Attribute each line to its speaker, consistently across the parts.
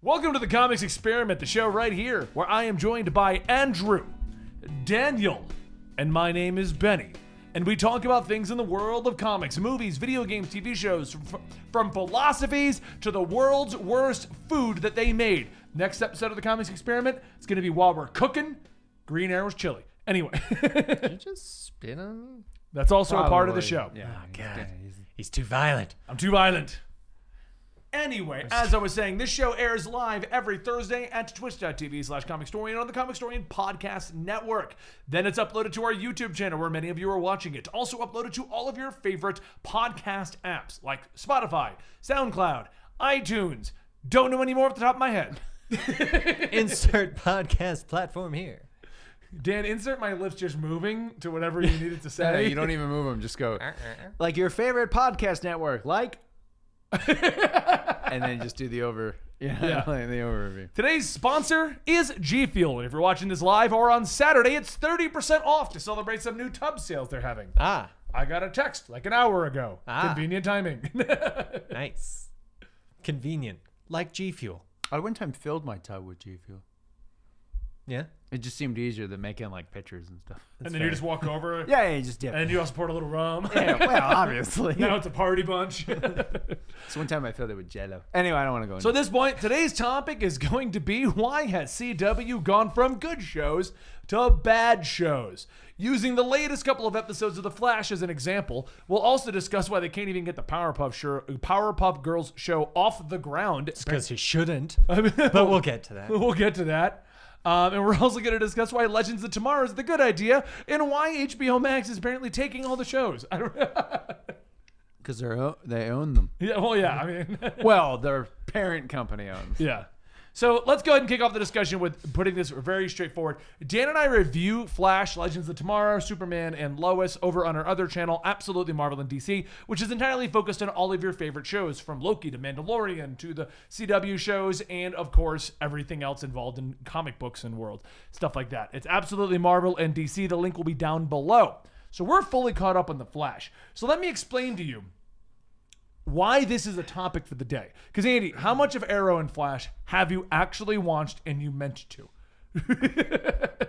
Speaker 1: Welcome to the Comics Experiment, the show right here, where I am joined by Andrew, Daniel, and my name is Benny. And we talk about things in the world of comics, movies, video games, TV shows, from, from philosophies to the world's worst food that they made. Next episode of the Comics Experiment, it's going to be while we're cooking Green Arrow's chili. Anyway,
Speaker 2: Did you just spit on me?
Speaker 1: that's also a part of the show.
Speaker 2: Yeah.
Speaker 3: Oh, He's too violent.
Speaker 1: I'm too violent. Anyway, as I was saying, this show airs live every Thursday at twitch.tv slash comicstorian on the Comicstorian Podcast Network. Then it's uploaded to our YouTube channel where many of you are watching it. Also uploaded to all of your favorite podcast apps like Spotify, SoundCloud, iTunes. Don't know any more off the top of my head.
Speaker 3: Insert podcast platform here.
Speaker 1: Dan, insert my lips just moving to whatever you needed to say.
Speaker 2: Hey, you don't even move them. Just go
Speaker 3: Uh,
Speaker 2: like your favorite podcast network, like, and then just do the over. Yeah,
Speaker 1: Yeah.
Speaker 2: like the overview.
Speaker 1: Today's sponsor is G Fuel. And if you're watching this live or on Saturday, it's 30% off to celebrate some new tub sales they're having.
Speaker 3: Ah,
Speaker 1: I got a text like an hour ago.
Speaker 3: Ah.
Speaker 1: Convenient timing.
Speaker 3: nice. Convenient. Like G Fuel.
Speaker 2: I one time filled my tub with G Fuel.
Speaker 3: Yeah.
Speaker 2: It just seemed easier than making like pictures and stuff.
Speaker 1: and then you just walk over
Speaker 2: Yeah, you just dip.
Speaker 1: and you also poured a little rum.
Speaker 2: yeah, well, obviously.
Speaker 1: now it's a party bunch.
Speaker 2: So one time I filled it with Jello. Anyway, I don't want to go.
Speaker 1: so at this point, today's topic is going to be why has CW gone from good shows to bad shows? Using the latest couple of episodes of The Flash as an example, we'll also discuss why they can't even get the Powerpuff, show, Powerpuff Girls show off the ground
Speaker 3: Because he shouldn't. but we'll get to that.
Speaker 1: We'll get to that. Um, and we're also going to discuss why Legends of Tomorrow is the good idea and why HBO Max is apparently taking all the shows. I don't,
Speaker 2: because they're o- they own them.
Speaker 1: yeah, well, yeah, I mean,
Speaker 2: well, their parent company owns.
Speaker 1: yeah. So let's go ahead and kick off the discussion with putting this very straightforward. Dan and I review Flash, Legends of Tomorrow, Superman, and Lois over on our other channel, Absolutely Marvel and DC, which is entirely focused on all of your favorite shows, from Loki to Mandalorian to the CW shows, and of course, everything else involved in comic books and world, stuff like that. It's Absolutely Marvel and DC. The link will be down below. So we're fully caught up on The Flash. So let me explain to you why this is a topic for the day. Because Andy, how much of Arrow and Flash have you actually watched and you meant to?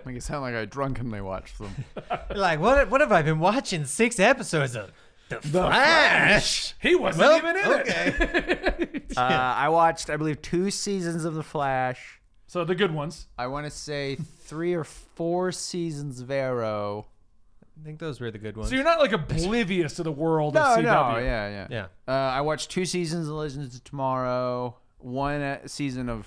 Speaker 2: Make it sound like I drunkenly watched them.
Speaker 3: Like, what, what have I been watching six episodes of? The, Flash.
Speaker 1: He wasn't
Speaker 3: Well,
Speaker 1: even in it.
Speaker 3: okay.
Speaker 4: Uh, I watched, I believe, two seasons of The Flash,
Speaker 1: So the good ones.
Speaker 2: I want to say three or four seasons of Arrow.
Speaker 3: I think those were the good ones.
Speaker 1: So you're not like oblivious to the world of CW.
Speaker 2: yeah, yeah,
Speaker 3: Yeah.
Speaker 2: Uh, I watched two seasons of Legends of Tomorrow, one uh, season of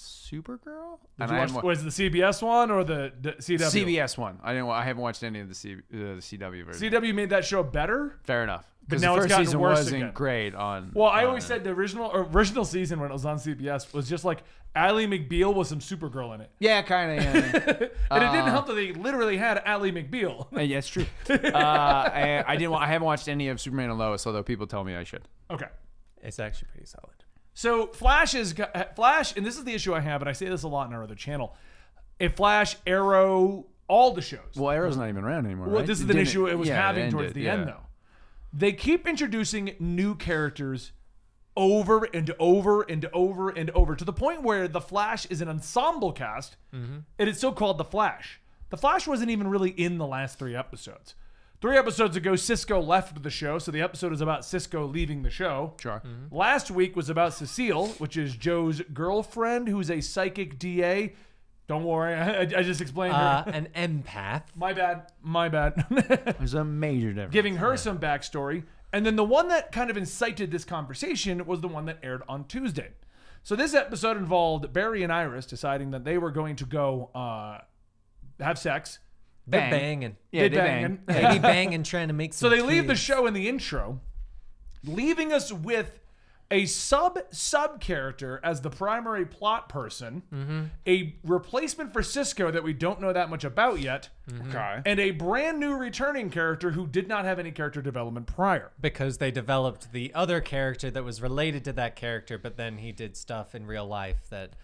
Speaker 2: Supergirl,
Speaker 1: Did
Speaker 2: and
Speaker 1: you watch,
Speaker 2: I haven't wa-
Speaker 1: was it the CBS one or the d- CW?
Speaker 2: CBS one. I didn't. wa- I haven't watched any of the, C, uh, the CW version.
Speaker 1: CW made that show better.
Speaker 2: Fair enough. Because
Speaker 1: now
Speaker 2: the
Speaker 1: it's
Speaker 2: first
Speaker 1: gotten
Speaker 2: season
Speaker 1: worse
Speaker 2: wasn't
Speaker 1: again.
Speaker 2: great on.
Speaker 1: Well, I
Speaker 2: on
Speaker 1: always
Speaker 2: it.
Speaker 1: said the original original season when it was on CBS was just like Ally McBeal with some Supergirl in it,
Speaker 2: Yeah, kind of. Yeah,
Speaker 1: and it didn't help that they literally had Ally McBeal.
Speaker 2: Uh, yeah, it's true. Uh, I, I didn't. wa- I haven't watched any of Superman and Lois, although people tell me I should.
Speaker 1: okay.
Speaker 3: It's actually pretty solid.
Speaker 1: So Flash is uh, Flash, and this is the issue I have, and I say this a lot in our other channel. If Flash, Arrow, all the shows. Well,
Speaker 2: Well, Arrow's not even around anymore. right?
Speaker 1: this is
Speaker 2: It
Speaker 1: an
Speaker 2: didn't-
Speaker 1: issue it was
Speaker 2: yeah,
Speaker 1: having
Speaker 2: ended,
Speaker 1: towards the
Speaker 2: yeah.
Speaker 1: end, though. They keep introducing new characters over and over and over and over to the point where the Flash is an ensemble cast,
Speaker 2: Mm-hmm.
Speaker 1: and it's still called the Flash. The Flash wasn't even really in the last three episodes. Three episodes ago, Cisco left the show, so the episode is about Cisco leaving the show.
Speaker 2: Sure.
Speaker 1: Last week was about Cecile, which is Joe's girlfriend, who's a psychic DA. Don't worry, I, I just explained
Speaker 3: Uh,
Speaker 1: her.
Speaker 3: an empath.
Speaker 1: My bad, my bad.
Speaker 2: There's a major difference.
Speaker 1: Giving her some backstory. And then the one that kind of incited this conversation was the one that aired on Tuesday. So this episode involved Barry and Iris deciding that they were going to go uh, have sex.
Speaker 3: They're
Speaker 2: Bang.
Speaker 3: banging.
Speaker 2: yeah,
Speaker 1: They
Speaker 2: they
Speaker 1: banging.
Speaker 2: bang.
Speaker 3: They be banging trying to make
Speaker 1: So
Speaker 3: some
Speaker 1: they leave the
Speaker 3: kids.
Speaker 1: show in the intro, leaving us with a sub sub character as the primary plot person, a replacement for Cisco that we don't know that much about yet,
Speaker 2: Okay.
Speaker 1: and a brand new returning character who did not have any character development prior.
Speaker 3: because they developed the other character that was related to that character, but then he did stuff in real life that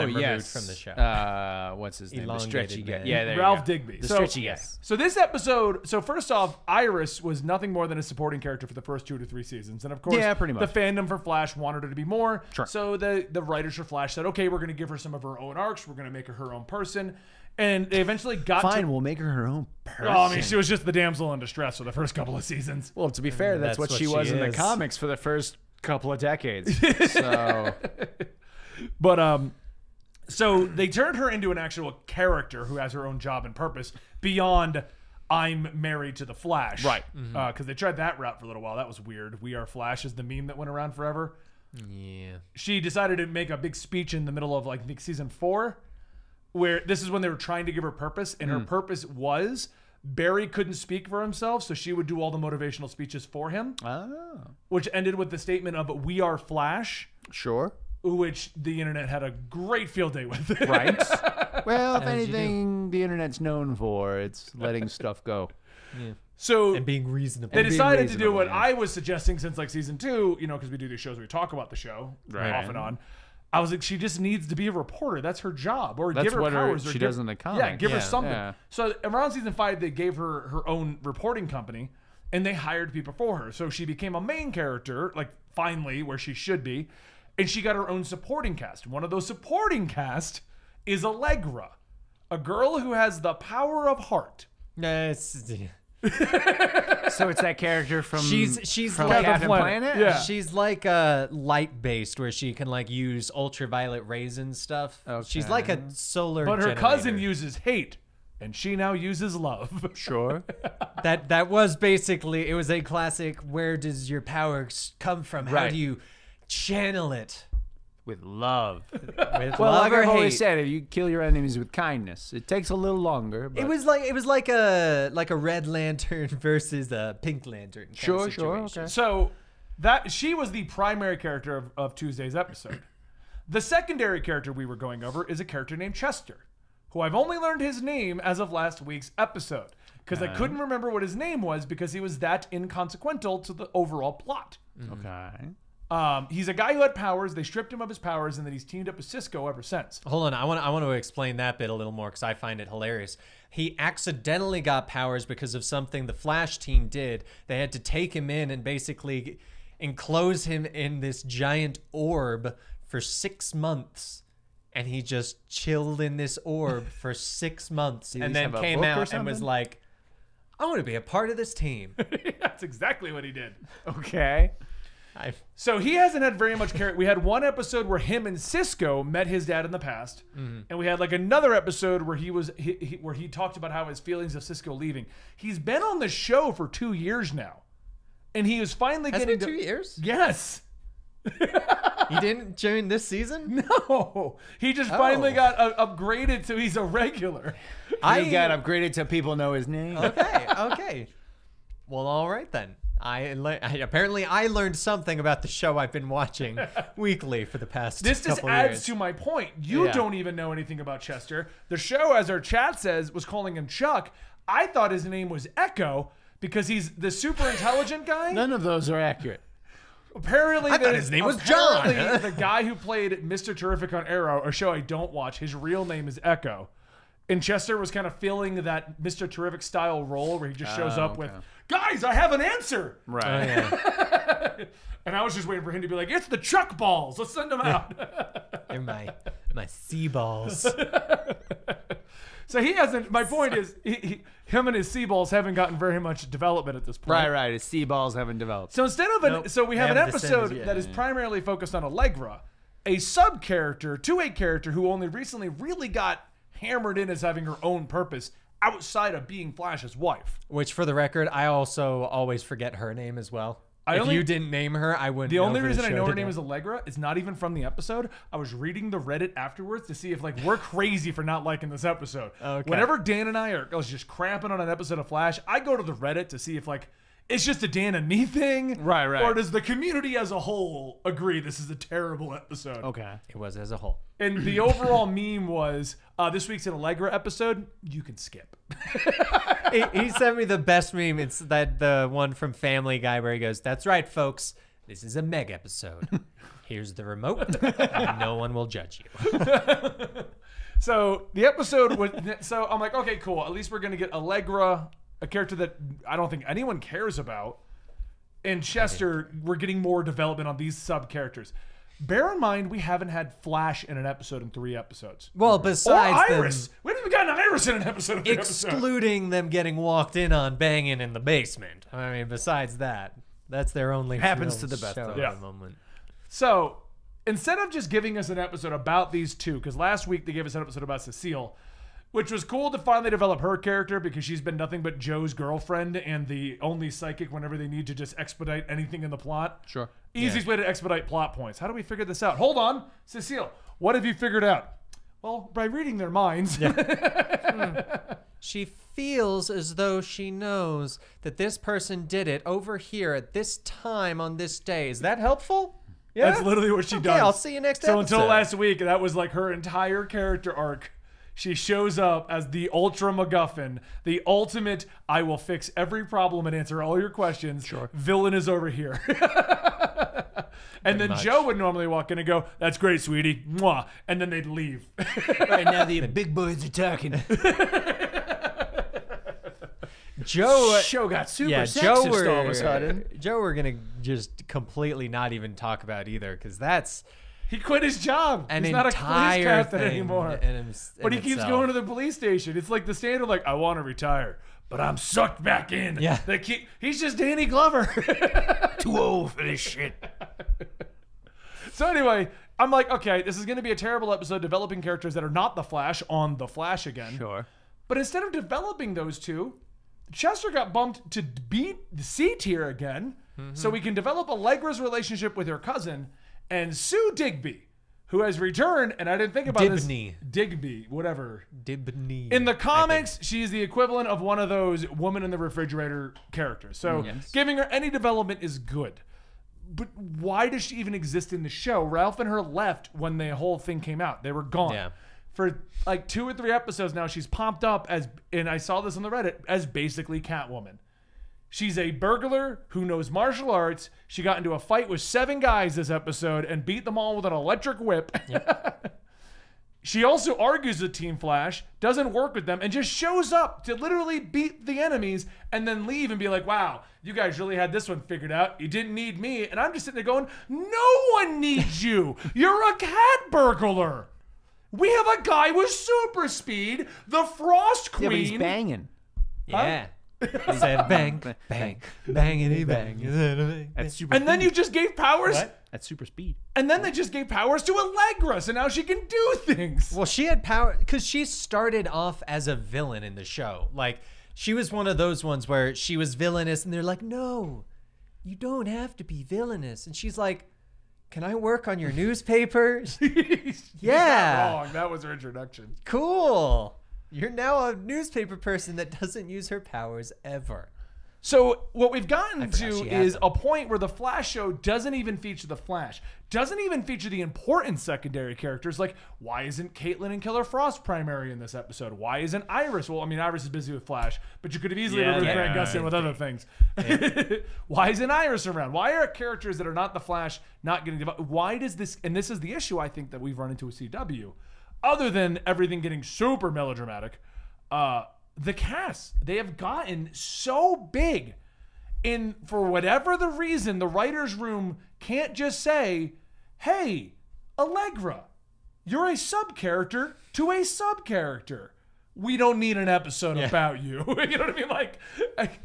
Speaker 5: oh
Speaker 3: him removed
Speaker 5: yes,
Speaker 3: from the show.
Speaker 5: Uh, what's his name? The
Speaker 3: Elongated
Speaker 5: stretchy guy.
Speaker 3: man.
Speaker 5: Yeah, there you
Speaker 1: Ralph
Speaker 5: go.
Speaker 1: Digby.
Speaker 5: The
Speaker 1: so,
Speaker 5: stretchy guy.
Speaker 1: So this episode, so first off, Iris was nothing more than a supporting character for the first two to three seasons, and of course,
Speaker 2: Yeah, pretty much.
Speaker 1: the fandom for Flash wanted her to be more.
Speaker 2: Sure.
Speaker 1: So the the writers for Flash said, okay, we're going to give her some of her own arcs. We're going to make her her own person, and they eventually got
Speaker 2: Fine,
Speaker 1: to.
Speaker 2: we'll make her her own person.
Speaker 1: Oh, I mean, she was just the damsel in distress for the first couple of seasons.
Speaker 2: well, to be fair,
Speaker 3: that's
Speaker 2: that's, what,
Speaker 3: what
Speaker 2: she
Speaker 3: she
Speaker 2: was in the
Speaker 3: is.
Speaker 2: comics for the first couple of decades. so
Speaker 1: But um, so they turned her into an actual character who has her own job and purpose beyond "I'm married to the Flash," right? Because they tried that route for a little while. That was weird. "We are Flash" is the meme that went around forever.
Speaker 3: Yeah.
Speaker 1: She decided to make a big speech in the middle of like I think season four, where this is when they were trying to give her purpose, and her purpose was. Barry couldn't speak for himself, so she would do all the motivational speeches for him,
Speaker 2: oh,
Speaker 1: which ended with the statement of "We are Flash,"
Speaker 2: sure.
Speaker 1: which the internet had a great field day with.
Speaker 2: Right. Well, if
Speaker 3: you do.
Speaker 2: anything the internet's known for, it's letting stuff go.
Speaker 1: So
Speaker 3: And being reasonable.
Speaker 1: they decided to do
Speaker 2: reasonable,
Speaker 1: what
Speaker 2: yeah.
Speaker 1: I was suggesting since like season two, you know, because we do these shows where we talk about the show off and on. I was like, she just needs to be a reporter. That's her job. Or
Speaker 2: That's
Speaker 1: give her
Speaker 2: what her-
Speaker 1: powers. or
Speaker 2: she
Speaker 1: give-
Speaker 2: does in the
Speaker 1: Yeah,
Speaker 2: comics.
Speaker 1: give her
Speaker 3: Yeah.
Speaker 1: something.
Speaker 2: Yeah.
Speaker 1: So around season five, they gave her her own reporting company, and they hired people for her. So she became a main character, like finally where she should be, and she got her own supporting cast. One of those supporting cast is Allegra, a girl who has the power of heart.
Speaker 3: No, it's,
Speaker 2: So it's that character from
Speaker 3: she's she's
Speaker 2: from
Speaker 3: like
Speaker 2: Captain
Speaker 1: Planet.
Speaker 2: Planet?
Speaker 1: Yeah.
Speaker 3: She's like uh, light based, where she can like use ultraviolet rays and stuff. She's like a solar.
Speaker 1: But her cousin
Speaker 3: generator.
Speaker 1: uses hate, and she now uses love.
Speaker 2: Sure.
Speaker 3: that that was basically it was a classic. Where does your power s- come from? How
Speaker 2: Right.
Speaker 3: do you channel it?
Speaker 2: With love.
Speaker 3: With
Speaker 2: Well,
Speaker 3: love
Speaker 2: like
Speaker 3: or
Speaker 2: I've
Speaker 3: hate?
Speaker 2: always said, if you kill your enemies with kindness, it takes a little longer. But
Speaker 3: It was like it was like a like a red lantern versus a pink lantern. Kind
Speaker 2: sure,
Speaker 3: of
Speaker 2: sure,
Speaker 3: situation.
Speaker 2: okay.
Speaker 1: So that she was the primary character of, of Tuesday's episode. The secondary character we were going over is a character named Chester, who I've only learned his name as of last week's episode because I couldn't remember what his name was because he was that inconsequential to the overall plot.
Speaker 2: Okay.
Speaker 1: Um, he's a guy who had powers. They stripped him of his powers, and then he's teamed up with Cisco ever since.
Speaker 3: Hold on, I want I want to explain that bit a little more because I find it hilarious. He accidentally got powers because of something the Flash team did. They had to take him in and basically enclose him in this giant orb for six months, and he just chilled in this orb for six months,
Speaker 2: he
Speaker 3: and then
Speaker 2: have a
Speaker 3: came
Speaker 2: book or
Speaker 3: out and was
Speaker 2: something?
Speaker 3: like, "I want to be a part of this team."
Speaker 1: That's exactly what he did.
Speaker 2: Okay.
Speaker 3: I,
Speaker 1: So he hasn't had very much character. We had one episode where him and Cisco met his dad in the past,
Speaker 3: Mm-hmm.
Speaker 1: and we had like another episode where he was he, he, where he talked about how his feelings of Cisco leaving. He's been on the show for two years now, and he is finally
Speaker 3: has
Speaker 1: getting
Speaker 3: been two
Speaker 1: to-
Speaker 3: years.
Speaker 1: Yes.
Speaker 3: You didn't join this season.
Speaker 1: No, Oh, he just
Speaker 3: Oh.
Speaker 1: finally got uh, upgraded, so he's a regular.
Speaker 3: I
Speaker 2: He got upgraded to people know his name.
Speaker 3: okay, okay. Well, all right then. I, le- I apparently I learned something about the show I've been watching weekly for the past.
Speaker 1: This just
Speaker 3: couple
Speaker 1: adds
Speaker 3: years.
Speaker 1: to my point. You
Speaker 3: Yeah.
Speaker 1: don't even know anything about Chester. The show, as our chat says, was calling him Chuck. I thought his name was Echo because he's the super intelligent guy.
Speaker 2: None of those are accurate.
Speaker 1: Apparently,
Speaker 3: thought his name was
Speaker 1: apparently
Speaker 3: John.
Speaker 1: the guy who played Mr. Terrific on Arrow, a show I don't watch, his real name is Echo. And Chester was kind of filling that Mr. Terrific style role where he just shows up with, guys, I have an answer.
Speaker 2: Right.
Speaker 3: Oh, yeah.
Speaker 1: And I was just waiting for him to be like, it's the Chuck Balls. Let's send them out.
Speaker 3: They're my my sea balls.
Speaker 1: so he hasn't, my point is, he, he, him and his sea balls haven't gotten very much development at this point.
Speaker 2: Right, right. His sea balls haven't developed.
Speaker 1: So instead of an,
Speaker 3: Nope,
Speaker 1: so we have an
Speaker 3: haven't descended
Speaker 1: episode
Speaker 3: yet.
Speaker 1: that is primarily focused on Allegra, a sub character to a character who only recently really got hammered in as having her own purpose outside of being Flash's wife.
Speaker 3: Which, for the record, I also always forget her name as well.
Speaker 1: I
Speaker 3: if
Speaker 1: only-
Speaker 3: you didn't name her, I wouldn't.
Speaker 1: The only reason I know her name is Allegra is not even from the episode. I was reading the Reddit afterwards to see if like we're crazy for not liking this episode.
Speaker 3: Okay.
Speaker 1: Whenever Dan and I are I was just cramping on an episode of Flash, I go to the Reddit to see if like it's just a Dan and me thing.
Speaker 2: Right, right.
Speaker 1: Or does the community as a whole agree this is a terrible episode?
Speaker 2: Okay.
Speaker 3: It was as a whole.
Speaker 1: And the overall meme was uh, this week's in Allegra episode, you can skip.
Speaker 3: he, he sent me the best meme. It's that the one from Family Guy where he goes, "That's right, folks. This is a Meg episode. Here's the remote. no one will judge you.
Speaker 1: So the episode was. so I'm like, okay, cool. At least we're gonna get Allegra, a character that I don't think anyone cares about. And Chester, we're getting more development on these sub characters. Bear in mind, we haven't had Flash in an episode in three episodes.
Speaker 3: Well,
Speaker 1: Or
Speaker 3: besides them
Speaker 1: Iris. We haven't even gotten Iris in an episode. In three episodes.
Speaker 3: excluding them getting walked in on banging in the basement. I mean, besides that, that's their only
Speaker 2: Happens
Speaker 3: real
Speaker 2: to the best
Speaker 3: show
Speaker 2: of
Speaker 3: at
Speaker 1: us.
Speaker 3: the moment.
Speaker 1: So instead of just giving us an episode about these two, because last week they gave us an episode about Cecile, which was cool to finally develop her character because she's been nothing but Joe's girlfriend and the only psychic whenever they need to just expedite anything in the plot.
Speaker 5: Sure.
Speaker 1: Easiest way to expedite plot points. How do we figure this out? Hold on, Cecile. What have you figured out? Well, by reading their minds.
Speaker 3: She feels as though she knows that this person did it over here at this time on this day. Is that helpful? Yeah.
Speaker 1: That's literally what she
Speaker 3: Okay,
Speaker 1: does.
Speaker 3: I'll see you next
Speaker 1: So until
Speaker 3: episode.
Speaker 1: last week, that was like her entire character arc. She shows up as the ultra MacGuffin, the ultimate "I will fix every problem and answer all your questions." Sure. Villain is over here. and then Joe would normally walk in and go, "That's great, sweetie," Mwah. and then they'd leave.
Speaker 2: Right now the big boys are talking.
Speaker 3: Joe.
Speaker 2: Show got super
Speaker 3: yeah,
Speaker 2: sexist
Speaker 3: Joe. We're, uh,
Speaker 2: all of a sudden.
Speaker 3: Joe. We're gonna just completely not even talk about either, because that's
Speaker 1: he quit his job.
Speaker 3: an
Speaker 1: He's not a police
Speaker 3: entire
Speaker 1: captain
Speaker 3: thing
Speaker 1: anymore.
Speaker 3: in- in
Speaker 1: but he keeps
Speaker 3: itself.
Speaker 1: going to the police station. It's like the standard, like I want to retire, but I'm sucked back in.
Speaker 3: Yeah.
Speaker 1: They keep, he's just Danny Glover.
Speaker 2: Too old for this shit.
Speaker 1: So anyway, I'm like, okay, this is going to be a terrible episode developing characters that are not the Flash on the Flash again.
Speaker 2: Sure.
Speaker 1: But instead of developing those two, Chester got bumped to B C tier again, so we can develop Allegra's relationship with her cousin and Sue Digby, who has returned. And I didn't think about
Speaker 3: Dibny.
Speaker 1: this. Digby, whatever.
Speaker 3: Dibney.
Speaker 1: In the comics, she's the equivalent of one of those woman in the refrigerator characters. So giving her any development is good. But why does she even exist in the show? Ralph and her left when the whole thing came out. They were gone.
Speaker 3: Yeah.
Speaker 1: For like two or three episodes now, she's popped up as, and I saw this on the Reddit, as basically Catwoman. She's a burglar who knows martial arts. She got into a fight with seven guys this episode and beat them all with an electric whip. She also argues with Team Flash, doesn't work with them, and just shows up to literally beat the enemies and then leave and be like, wow, you guys really had this one figured out. You didn't need me. And I'm just sitting there going, no one needs you. You're a cat burglar. We have a guy with super speed, the Frost
Speaker 4: Yeah, but he's
Speaker 1: Queen.
Speaker 4: banging.
Speaker 3: Yeah. He said bang, bang, bangity bang.
Speaker 2: At super
Speaker 1: and then you just gave powers,
Speaker 3: What?
Speaker 2: at super speed.
Speaker 1: and then they just gave powers to Allegra, so now she can do things.
Speaker 3: Well, she had power because she started off as a villain in the show. Like, she was one of those ones where she was villainous, and they're like, no, you don't have to be villainous. And she's like, can I work on your newspaper? Yeah.
Speaker 1: Wrong. That was her introduction.
Speaker 3: cool. You're now a newspaper person that doesn't use her powers ever.
Speaker 1: So what we've gotten to
Speaker 3: she had
Speaker 1: is
Speaker 3: them.
Speaker 1: a point where the Flash show doesn't even feature the Flash, doesn't even feature the important secondary characters. Like, why isn't Caitlin and Killer Frost primary in this episode? Why isn't Iris? Well, I mean, Iris is busy with Flash, but you could have easily
Speaker 3: Yeah,
Speaker 1: yeah,
Speaker 3: yeah,
Speaker 1: Grant
Speaker 3: yeah,
Speaker 1: Gustin with other things. why isn't Iris around? Why are characters that are not the Flash not getting developed? Why does this? And this is the issue I think that we've run into with CW, other than everything getting super melodramatic. Uh, the cast they have gotten so big in for whatever the reason, the writers' room can't just say, "Hey, Allegra, you're a sub character to a sub character. We don't need an episode about you." you know what I mean? Like, like,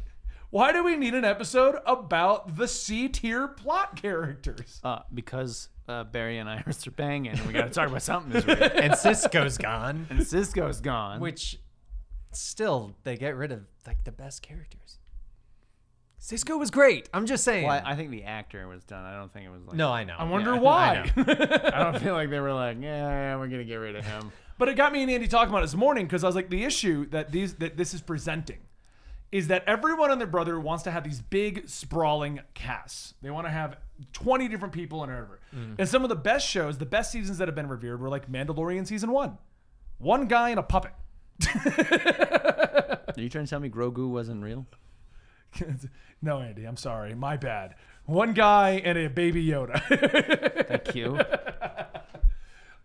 Speaker 1: why do we need an episode about the C tier plot characters?
Speaker 2: Uh, because uh, Barry and Iris are banging. We got to talk about something this week.
Speaker 3: And Cisco's gone.
Speaker 2: And Cisco's gone.
Speaker 3: which still they get rid of like the best characters. Cisco was great. I'm just saying.
Speaker 2: Well, I, I think the actor was done. I don't think it was like.
Speaker 3: no, I know.
Speaker 1: I wonder
Speaker 3: Yeah.
Speaker 1: why.
Speaker 2: I don't feel like they were like, yeah, we're gonna get rid of him.
Speaker 1: But it got me and Andy talking about it this morning because I was like, the issue that these that this is presenting is that everyone and their brother wants to have these big sprawling casts. They want to have 20 different people in whatever. And some of the best shows, the best seasons that have been revered were like Mandalorian season one. One guy and a puppet.
Speaker 2: Are you trying to tell me Grogu wasn't real?
Speaker 1: no, Andy, I'm sorry. My bad. one guy and a baby Yoda.
Speaker 5: Thank you.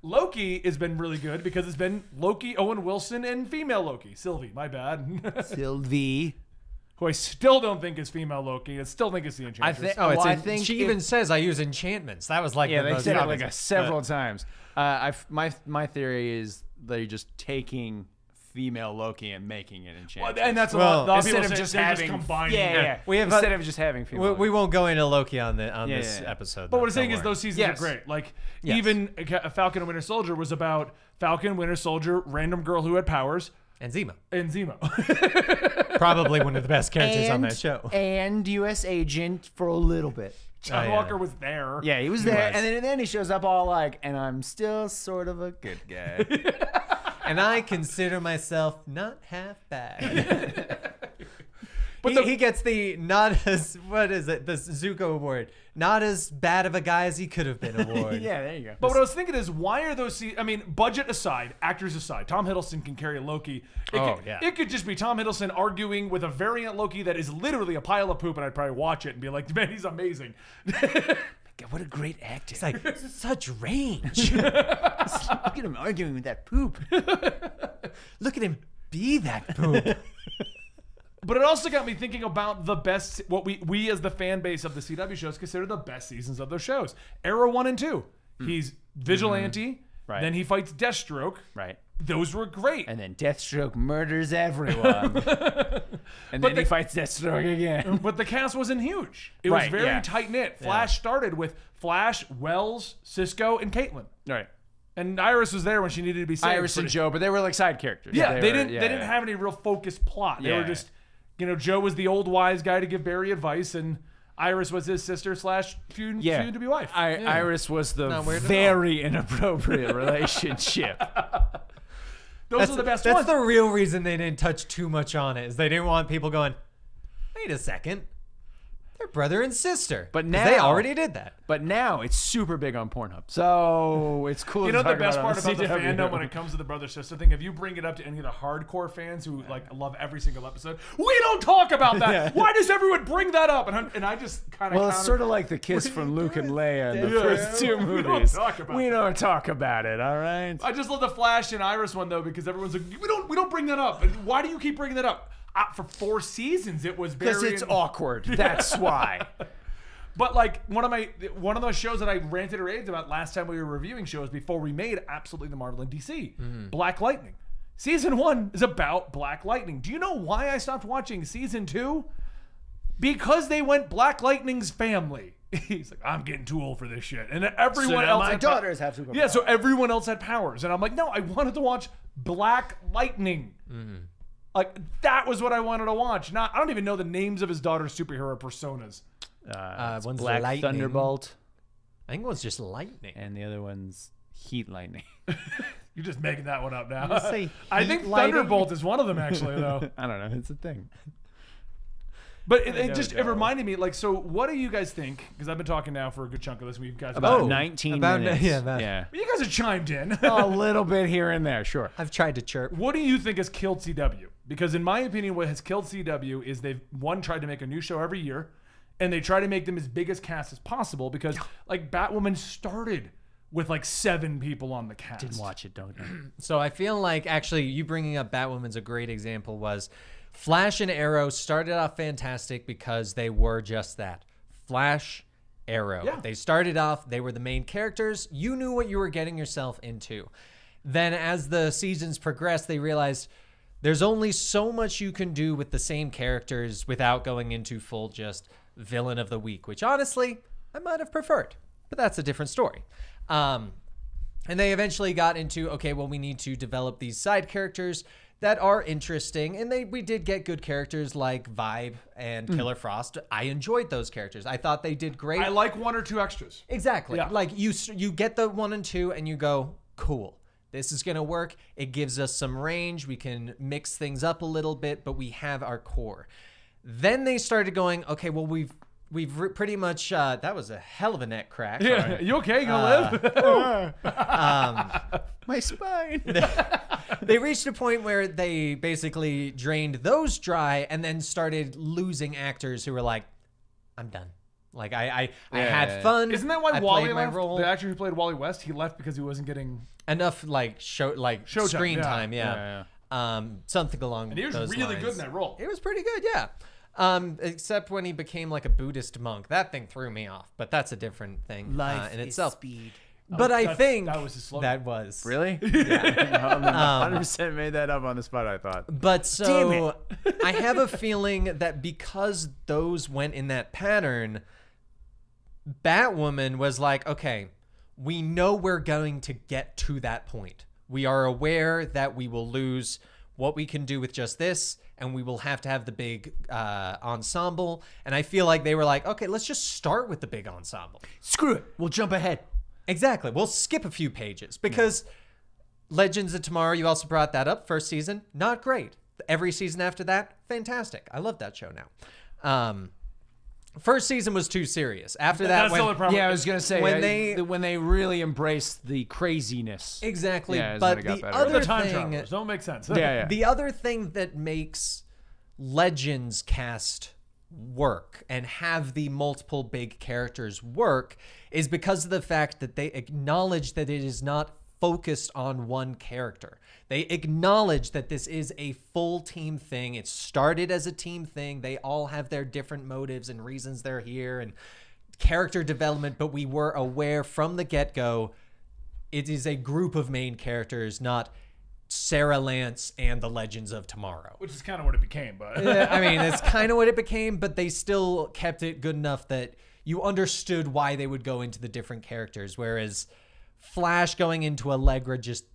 Speaker 1: Loki has been really good because it's been Loki, Owen Wilson, and female Loki. Sylvie, my bad.
Speaker 4: Sylvie.
Speaker 1: Who I still don't think is female Loki. I still think it's the Enchantress.
Speaker 2: I think.
Speaker 3: Oh, it's
Speaker 2: well, I
Speaker 3: en-
Speaker 2: think
Speaker 3: she
Speaker 2: it-
Speaker 3: even says I use enchantments. That was like
Speaker 5: Yeah,
Speaker 3: the
Speaker 5: they
Speaker 3: most
Speaker 5: said it
Speaker 3: obvious-
Speaker 5: like a
Speaker 2: several times. Uh, I f- my my theory is they're just taking female Loki and making it
Speaker 1: Well,
Speaker 2: enchanted.
Speaker 1: and that's
Speaker 3: Well,
Speaker 1: what a lot of people
Speaker 2: instead
Speaker 1: say.
Speaker 2: of just
Speaker 1: they're
Speaker 2: having,
Speaker 1: just combining.
Speaker 2: yeah, yeah, yeah.
Speaker 3: We have
Speaker 2: instead
Speaker 4: uh,
Speaker 3: a-
Speaker 2: of just having female.
Speaker 3: We,
Speaker 2: Loki.
Speaker 3: we won't go into Loki on the on
Speaker 2: Yeah,
Speaker 3: this
Speaker 2: yeah, yeah.
Speaker 3: episode.
Speaker 1: But what I'm saying is those seasons
Speaker 2: Yes.
Speaker 1: are great. Like
Speaker 3: Yes.
Speaker 1: even uh, Falcon and Winter Soldier was about Falcon, Winter Soldier, random girl who had powers,
Speaker 3: and Zemo,
Speaker 1: and Zemo.
Speaker 3: probably one of the best characters on
Speaker 4: And,
Speaker 3: that show.
Speaker 4: and U.S. agent for a little bit.
Speaker 1: John
Speaker 3: Oh, yeah.
Speaker 1: Walker was there.
Speaker 2: yeah,
Speaker 4: He was there,
Speaker 3: was.
Speaker 4: and then, and then he shows up all like, and I'm still sort of a good guy.
Speaker 3: and I consider myself not half bad.
Speaker 1: But
Speaker 3: he,
Speaker 1: the-
Speaker 3: he gets the not as what is it the Zuko award, not as bad of a guy as he could have been award.
Speaker 4: yeah, there you go.
Speaker 1: But what I was thinking is, why are those? Se- I mean, budget aside, actors aside, Tom Hiddleston can carry Loki. It
Speaker 3: Oh,
Speaker 1: could,
Speaker 3: yeah.
Speaker 1: It could just be Tom Hiddleston arguing with a variant Loki that is literally a pile of poop, and I'd probably watch it and be like, man, he's amazing.
Speaker 4: God, what a great actor!
Speaker 3: It's like such range.
Speaker 4: Look at him arguing with that poop.
Speaker 3: Look at him be that poop.
Speaker 1: But it also got me thinking about the best what we we as the fan base of the CW shows consider the best seasons of those shows. Arrow one and two. He's vigilante.
Speaker 2: Hmm. Mm-hmm. Right.
Speaker 1: Then he fights Deathstroke.
Speaker 2: right.
Speaker 1: Those were great.
Speaker 2: And then Deathstroke murders everyone, and then
Speaker 1: they-
Speaker 2: he fights Deathstroke again.
Speaker 1: but the cast wasn't huge. It was
Speaker 2: Right,
Speaker 1: very
Speaker 2: yeah.
Speaker 1: tight knit. Flash started with Flash, Wells, Cisco, and Caitlin.
Speaker 2: right.
Speaker 1: And Iris was there when she needed to be saved.
Speaker 2: Iris and
Speaker 1: pretty-
Speaker 2: Joe, but they were like side characters.
Speaker 1: Yeah, they,
Speaker 2: were-
Speaker 1: didn't.
Speaker 2: yeah,
Speaker 1: they didn't
Speaker 2: yeah.
Speaker 1: have any real focused plot. They
Speaker 2: Yeah.
Speaker 1: were just, you know, Joe was the old wise guy to give Barry advice, and Iris was his sister slash soon
Speaker 2: Yeah.
Speaker 1: soon to be wife.
Speaker 2: I, Iris was the
Speaker 3: Not weird at all.
Speaker 2: very inappropriate relationship.
Speaker 1: Those
Speaker 3: That's
Speaker 1: are the best
Speaker 3: That's
Speaker 1: ones.
Speaker 3: the real reason they didn't touch too much on it is they didn't want people going. Wait a second, they're brother and sister.
Speaker 2: But
Speaker 3: 'Cause they
Speaker 2: now-
Speaker 3: already did that.
Speaker 2: But now it's super big on Pornhub. So it's cool.
Speaker 1: you
Speaker 2: to
Speaker 1: know the
Speaker 2: talk
Speaker 1: best
Speaker 2: about
Speaker 1: part
Speaker 2: it
Speaker 1: about
Speaker 2: on
Speaker 1: the
Speaker 2: CW.
Speaker 1: fandom when it comes to the brother sister thing. If you bring it up to any of the hardcore fans who like love every single episode, we don't talk about that. Why does everyone bring that up? And, I'm- and I just kind of
Speaker 2: Well, it's sort of like the kiss from Luke and Leia in the
Speaker 1: Yeah.
Speaker 2: first two
Speaker 1: We don't
Speaker 2: movies.
Speaker 1: talk about
Speaker 2: We
Speaker 1: it.
Speaker 2: don't talk about it, all right?
Speaker 1: I just love the Flash and Iris one though because everyone's like, we don't we don't bring that up. And Why do you keep bringing that up? Uh, for four seasons, it was
Speaker 2: Because
Speaker 1: Barry
Speaker 2: it's
Speaker 1: and-
Speaker 2: awkward. That's why.
Speaker 1: But like one of my one of those shows that I ranted or raved about last time we were reviewing shows before we made absolutely the Marvel and DC Black Lightning. Season one is about Black Lightning. Do you know why I stopped watching season two? Because they went Black Lightning's family. He's like, I'm getting too old for this shit, and everyone
Speaker 2: now
Speaker 1: else.
Speaker 2: my
Speaker 1: had pow-
Speaker 4: daughters have superpowers.
Speaker 1: Yeah, so everyone else had powers, and I'm like, no, I wanted to watch Black Lightning. Like that was what I wanted to watch. Not I don't even know the names of his daughter's superhero personas.
Speaker 2: Uh, it's
Speaker 3: one's
Speaker 2: Black
Speaker 3: lightning.
Speaker 2: Thunderbolt,
Speaker 3: I think it was just lightning.
Speaker 2: and the other one's Heat Lightning.
Speaker 1: You're just making that one up now.
Speaker 3: gonna say
Speaker 1: I
Speaker 3: heat
Speaker 1: think
Speaker 3: lighting.
Speaker 1: Thunderbolt is one of them actually though.
Speaker 2: I don't know. It's a thing.
Speaker 1: But it, it just it reminded me like so what do you guys think? Because I've been talking now for a good chunk of this. We've guys Oh,
Speaker 2: About
Speaker 3: Oh,
Speaker 2: 19
Speaker 3: about-
Speaker 2: minutes.
Speaker 3: yeah, that-
Speaker 2: yeah.
Speaker 1: you guys have chimed in.
Speaker 3: Oh.
Speaker 2: a little bit here and there, sure.
Speaker 3: I've tried to chirp.
Speaker 1: what do you think has killed CW? Because in my opinion, what has killed CW is they've one tried to make a new show every year, and they try to make them as big as cast as possible. Because like Batwoman started with like seven people on the cast.
Speaker 2: Watch it, don't you?
Speaker 3: So I feel like actually you bringing up Batwoman's a great example was Flash and Arrow started off fantastic because they were just that. Flash, Arrow.
Speaker 1: Yeah.
Speaker 3: They started off, they were the main characters. You knew what you were getting yourself into. Then as the seasons progressed, they realized there's only so much you can do with the same characters without going into full just villain of the week, which honestly, I might have preferred. But that's a different story. Um, and they eventually got into okay, well, we need to develop these side characters that are interesting. And they we did get good characters like Vibe and Killer Frost. I enjoyed those characters. I thought they did great.
Speaker 1: Hmm. I like one or two extras.
Speaker 3: Exactly.
Speaker 1: Yeah.
Speaker 3: Like you s- you get the 1 and 2 and you go, "Cool. This is going to work. It gives us some range. We can mix things up a little bit, but we have our core." Then they started going, "Okay, well we've we've re- pretty much uh, that was a hell of a net crack."
Speaker 1: Yeah, you okay? You gonna
Speaker 3: Uh,
Speaker 1: live?
Speaker 2: My spine.
Speaker 3: they reached a point where they basically drained those dry and then started losing actors who were like, I'm done. Like I, I, I
Speaker 5: Yeah,
Speaker 3: had
Speaker 5: yeah, yeah.
Speaker 3: fun.
Speaker 1: Isn't that why
Speaker 3: Mm. I
Speaker 1: Wally
Speaker 3: played my
Speaker 1: left?
Speaker 3: role.
Speaker 1: The actor who played Wally West, he left because he wasn't getting.
Speaker 3: Enough like show like
Speaker 1: Showtime,
Speaker 3: screen
Speaker 1: yeah.
Speaker 3: time, yeah.
Speaker 5: Yeah,
Speaker 3: Um, something along.
Speaker 1: And he was
Speaker 3: those
Speaker 1: really
Speaker 3: lines.
Speaker 1: good in that role.
Speaker 3: It was pretty good, yeah. Um, except when he became like a Buddhist monk, that thing threw me off. But that's a different thing uh, in itself.
Speaker 4: speed.
Speaker 3: But I
Speaker 1: that's-
Speaker 3: think
Speaker 1: Oh, that was his slogan.
Speaker 3: That was
Speaker 2: Really?
Speaker 5: Um,
Speaker 2: Yeah. 100% made that up on the spot, I thought.
Speaker 3: But so I have a feeling that because those went in that pattern, Batwoman was like, okay, we know we're going to get to that point. We are aware that we will lose what we can do with just this, and we will have to have the big uh, ensemble. And I feel like they were like, okay, let's just start with the big ensemble.
Speaker 2: Screw it. We'll jump ahead.
Speaker 3: Exactly. We'll skip a few pages because Legends of Tomorrow, you also brought that up. First season, not great. Every season after that, fantastic. I love that show now. Um, first season was too serious. After that,
Speaker 1: That's the
Speaker 3: when-
Speaker 1: only problem.
Speaker 5: Yeah, I was gonna say
Speaker 3: When
Speaker 5: I-
Speaker 3: they-
Speaker 5: th- when they really embraced the craziness.
Speaker 3: exactly.
Speaker 5: Yeah, is when
Speaker 3: but
Speaker 5: it got
Speaker 3: the
Speaker 5: better.
Speaker 1: They're
Speaker 3: other
Speaker 1: the time
Speaker 3: thing,
Speaker 1: travelers. Don't make sense.
Speaker 5: yeah, yeah.
Speaker 3: the other thing that makes legends cast work and have the multiple big characters work is because of the fact that they acknowledge that it is not focused on one character. They acknowledge that this is a full team thing. It started as a team thing. They all have their different motives and reasons they're here and character development, but we were aware from the get-go it is a group of main characters, not Sarah Lance and the Legends of Tomorrow.
Speaker 1: Which is kind of what it became, but
Speaker 3: Yeah, I mean, that's kind of what it became, but they still kept it good enough that you understood why they would go into the different characters. Whereas Flash going into Allegra just.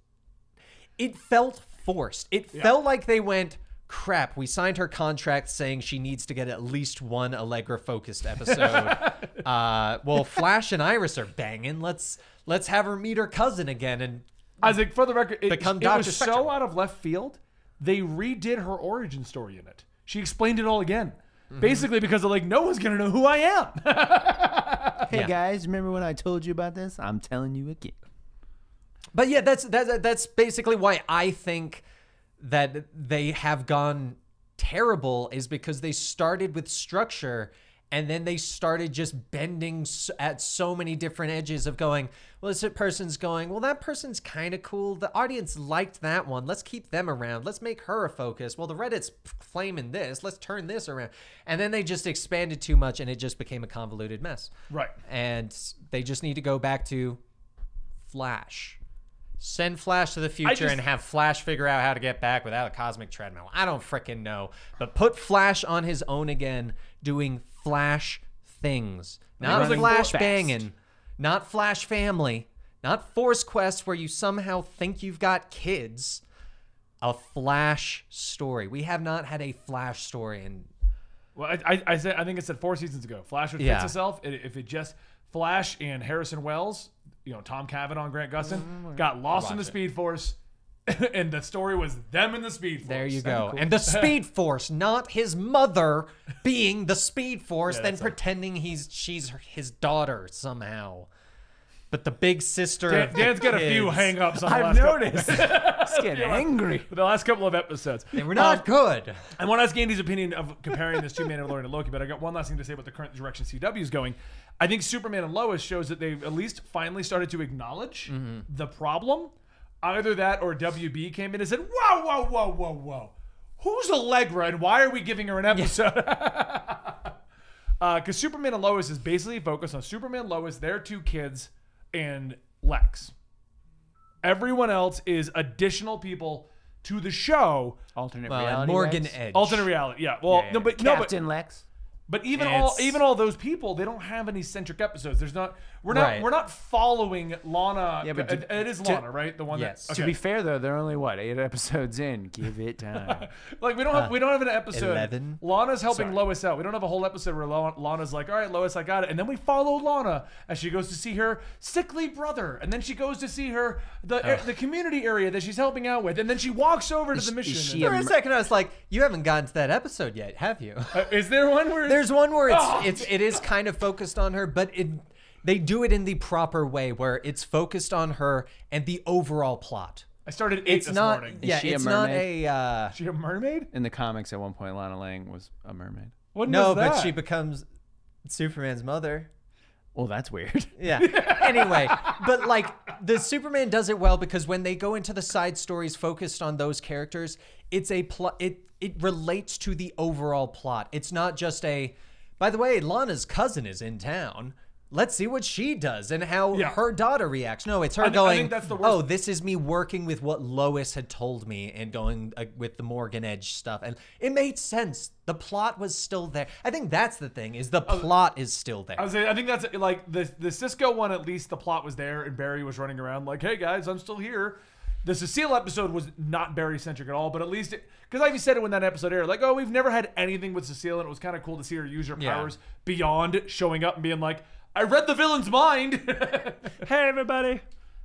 Speaker 3: It felt forced. It felt like they went, crap, we signed her contract saying she needs to get at least one Allegra focused episode. uh, well, Flash and Iris are banging. Let's. Let's have her meet her cousin again and
Speaker 1: Isaac, for the record, it,
Speaker 3: Become
Speaker 1: it
Speaker 3: Dr.
Speaker 1: was
Speaker 3: Spectrum.
Speaker 1: so out of left field, they redid her origin story in it. She explained it all again.
Speaker 3: Mm-hmm.
Speaker 1: Basically, because they're like, no one's going to know who I am.
Speaker 4: Hey
Speaker 3: Yeah.
Speaker 4: guys, remember when I told you about this? I'm telling you again.
Speaker 3: But yeah, that's that's that's basically why I think that they have gone terrible is because they started with structure and then they started just bending s- at so many different edges of going well this person's going well that person's kind of cool the audience liked that one let's keep them around let's make her a focus well the reddit's flaming this let's turn this around and then they just expanded too much and it just became a convoluted mess
Speaker 1: Right.
Speaker 3: and they just need to go back to Flash. Send Flash to the future
Speaker 1: just-
Speaker 3: and have Flash figure out how to get back without a cosmic treadmill. I don't frickin' know. But put Flash on his own again, doing Flash things. Not
Speaker 5: running
Speaker 3: Flash
Speaker 5: fast.
Speaker 3: banging. Not Flash family. Not Force Quest where you somehow think you've got kids. A Flash story. We have not had a Flash story in
Speaker 1: Well, I, I, I said I think it said four seasons ago. Flash would
Speaker 3: Yeah.
Speaker 1: fix itself i- if it just Flash and Harrison Wells, you know Tom Cavanaugh and Grant Gustin, got lost in the Speed Force, and the story was them in the Speed Force.
Speaker 3: There you go. And the Speed Force, not his mother being the Speed Force, then pretending he's she's her- his daughter somehow. But the big sister.
Speaker 1: Dan,
Speaker 3: of the
Speaker 1: Dan's got a few
Speaker 3: kids.
Speaker 1: hang-ups on the
Speaker 2: I've
Speaker 1: last couple-
Speaker 2: noticed. It's getting angry.
Speaker 1: the last couple of episodes.
Speaker 3: They were not good.
Speaker 1: I want to ask Andy's opinion of comparing this to Mandalorian and Loki, but I got one last thing to say about the current direction CW is going. I think Superman and Lois shows that they've at least finally started to acknowledge the problem. Either that or WB came in and said, Whoa, whoa, whoa, whoa, whoa. Who's Allegra and why are we giving her an episode? Because Superman and Lois is basically focused on Superman, Lois, their two kids, and Lex. Everyone else is additional people to the show
Speaker 5: Alternate
Speaker 3: Well, and
Speaker 5: reality.
Speaker 3: Morgan
Speaker 5: Rex?
Speaker 3: Edge.
Speaker 1: alternate reality. Yeah. Well, no, but no, but,
Speaker 4: Captain Lex.
Speaker 1: but even
Speaker 3: Yeah,
Speaker 1: all
Speaker 3: it's-
Speaker 1: even all those people, they don't have any centric episodes. There's not we're not
Speaker 3: Right.
Speaker 1: we're not following Lana. Yeah,
Speaker 5: but
Speaker 1: but
Speaker 5: to-
Speaker 1: it is Lana, right? The one
Speaker 3: yes.
Speaker 1: that
Speaker 3: To
Speaker 5: To
Speaker 1: okay.
Speaker 5: be fair though, they're only what eight episodes in. Give it time.
Speaker 1: like we don't
Speaker 3: uh,
Speaker 1: have we don't have an episode.
Speaker 3: 11?
Speaker 1: Lana's helping Lois out. We don't have a whole episode where Lo- Lana's like, "All right, Lois, I got it," and then we follow Lana as she goes to see her sickly brother, and then she goes to see her the the community area that she's helping out with, and then she walks over to the mission.
Speaker 4: she
Speaker 1: and-
Speaker 3: For a second, I was like, "You haven't gotten to that episode yet, have you?"
Speaker 1: Uh, is there one where
Speaker 3: There's one where it's,
Speaker 1: Oh.
Speaker 3: it's it is kind of focused on her, but it they do it in the proper way where it's focused on her and the overall plot.
Speaker 1: I started eight
Speaker 3: It's
Speaker 1: this
Speaker 3: not
Speaker 1: morning.
Speaker 3: yeah,
Speaker 5: she a
Speaker 3: it's not
Speaker 5: mermaid?
Speaker 3: a uh,
Speaker 1: Is she a mermaid?
Speaker 5: In the comics, at one point, Lana Lang was a mermaid.
Speaker 1: What
Speaker 3: no,
Speaker 1: was
Speaker 3: but
Speaker 1: that?
Speaker 3: she becomes Superman's mother.
Speaker 2: Well, that's weird.
Speaker 3: Yeah. anyway, but like the Superman does it well because when they go into the side stories focused on those characters, it's a plot. It it relates to the overall plot. It's not just a. By the way, Lana's cousin is in town. Let's see what she does and how
Speaker 1: Yeah.
Speaker 3: her daughter reacts. No, it's her
Speaker 1: I think- I
Speaker 3: going.
Speaker 1: think that's the worst-
Speaker 3: Oh, this is me working with what Lois had told me and going uh, with the Morgan Edge stuff, and it made sense. The plot was still there. I think that's the thing: is the
Speaker 1: Oh,
Speaker 3: plot is still there.
Speaker 1: I was saying, I think that's like the the Cisco one. At least the plot was there, and Barry was running around like, "Hey guys, I'm still here." The Cecile episode was not Barry centric at all, but at least because Ivy said it when that episode aired, like, "Oh, we've never had anything with Cecile," and it was kind of cool to see her use her
Speaker 3: Yeah.
Speaker 1: powers beyond showing up and being like, "I read the villain's mind."
Speaker 5: Hey, everybody.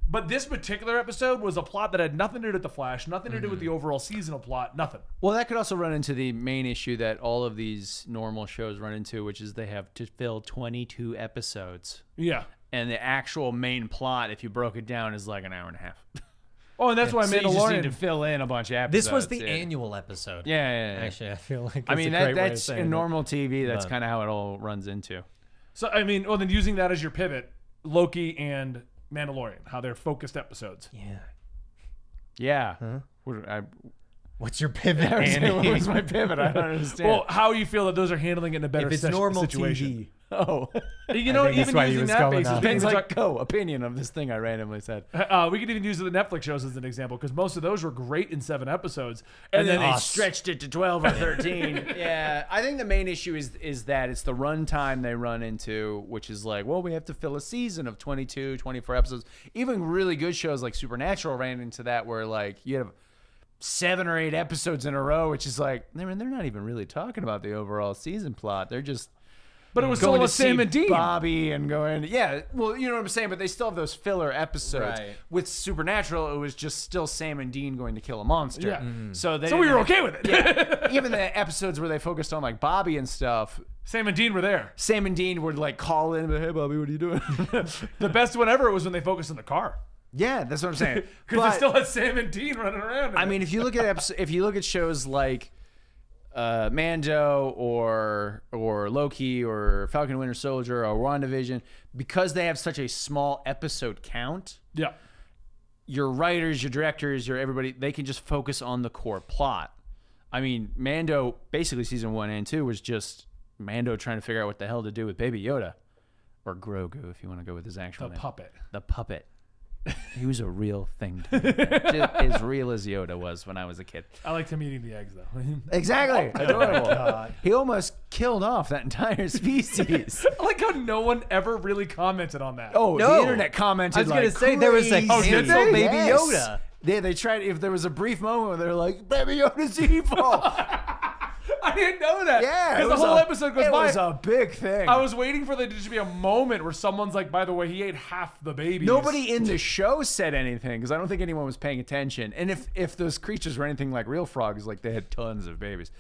Speaker 1: but this particular episode was a plot that had nothing to do with the Flash, nothing to do
Speaker 2: Mm-hmm.
Speaker 1: with the overall seasonal plot, nothing.
Speaker 2: Well, that could also run into the main issue that all of these normal shows run into, which is they have to fill 22 episodes.
Speaker 1: Yeah.
Speaker 2: And the actual main plot, if you broke it down, is like an hour and a half.
Speaker 1: Oh, and that's why
Speaker 2: so you just need
Speaker 1: Mandalorian.
Speaker 2: to fill in a bunch of episodes.
Speaker 3: This was the
Speaker 2: yeah.
Speaker 3: annual episode.
Speaker 2: Yeah, yeah, yeah.
Speaker 3: Actually, I feel like
Speaker 2: I mean, that, that's
Speaker 3: a
Speaker 2: in normal TV. That's kind of how it all runs into.
Speaker 1: So I mean, well, then using that as your pivot, Loki and Mandalorian, how they're focused episodes.
Speaker 3: Yeah.
Speaker 2: Yeah. What, I,
Speaker 3: What's your pivot?
Speaker 2: what was
Speaker 3: Annie?
Speaker 2: my pivot? I don't understand.
Speaker 1: Well, how you feel that those are handling it in a better
Speaker 3: if it's
Speaker 1: situ-
Speaker 3: normal
Speaker 1: situation?
Speaker 2: oh,
Speaker 1: You know,
Speaker 3: think that's
Speaker 1: even
Speaker 3: why he
Speaker 1: using
Speaker 3: was
Speaker 1: that
Speaker 3: going
Speaker 1: basis,
Speaker 3: off.
Speaker 1: we
Speaker 2: Ben's
Speaker 1: can
Speaker 2: like, go opinion of this thing I randomly said.
Speaker 1: talk- uh, we could even use the Netflix shows as an example because most of those were great in seven episodes, and, then
Speaker 3: us.
Speaker 2: stretched it to 12 or 13. yeah, I think the main issue is is that it's the runtime they run into, which is like, well, we have to fill a season of 22, 24 episodes. Even really good shows like Supernatural ran into that where like you have seven or eight episodes in a row, which is like, I mean, they're not even really talking about the overall season plot. They're just
Speaker 1: but it was still
Speaker 2: going to
Speaker 1: about Sam
Speaker 2: see
Speaker 1: and Dean.
Speaker 2: Bobby and going, yeah, well, you know what I'm saying, but they still have those filler episodes.
Speaker 3: Right.
Speaker 2: With Supernatural, it was just still Sam and Dean going to kill a monster.
Speaker 1: Yeah. Mhm.
Speaker 2: So they
Speaker 1: So we
Speaker 2: didn't
Speaker 1: were
Speaker 2: have-
Speaker 1: okay with it.
Speaker 2: Yeah. Even the episodes where they focused on like Bobby and stuff,
Speaker 1: Sam and Dean were there.
Speaker 2: Sam and Dean would like call in, hey Bobby, what are you doing?
Speaker 1: The best one ever was when they focused on the car
Speaker 2: yeah, that's what I'm saying.
Speaker 1: because
Speaker 2: But-
Speaker 1: it still had Sam and Dean running around. in
Speaker 2: I
Speaker 1: it.
Speaker 2: mean, if you look at episo- if you look at shows like uh, Mando or or Loki or Falcon and Winter Soldier or WandaVision, because they have such a small episode count,
Speaker 1: yeah,
Speaker 2: your writers, your directors, your everybody, they can just focus on the core plot. I mean, Mando basically season one and two was just Mando trying to figure out what the hell to do with Baby Yoda or Grogu, if you want to go with his actual
Speaker 1: the
Speaker 2: name
Speaker 1: puppet.
Speaker 2: the puppet. He was a real thing, to me. Just as real as Yoda was when I was a kid.
Speaker 1: I liked him eating the eggs though.
Speaker 2: Exactly, adorable. He almost killed off that entire species.
Speaker 1: I like how no one ever really commented on that.
Speaker 2: Oh, the
Speaker 3: No.
Speaker 2: internet commented.
Speaker 3: I was
Speaker 2: like,
Speaker 3: gonna say, there was a
Speaker 2: crazy.
Speaker 1: Oh, did cancel they?
Speaker 3: Baby Yoda.
Speaker 2: Yeah, they tried. If there was a brief moment where they were like, "Baby Yoda's evil,"
Speaker 1: I didn't know that.
Speaker 2: yeah, it
Speaker 1: because the
Speaker 2: was
Speaker 1: whole
Speaker 2: a-
Speaker 1: episode goes
Speaker 2: it
Speaker 1: by.
Speaker 2: was a big thing.
Speaker 1: I was waiting for there to just be a moment where someone's like, "By the way, he ate half the baby."
Speaker 2: Nobody in the show said anything because I don't think anyone was paying attention. And if if those creatures were anything like real frogs, like they had tons of babies.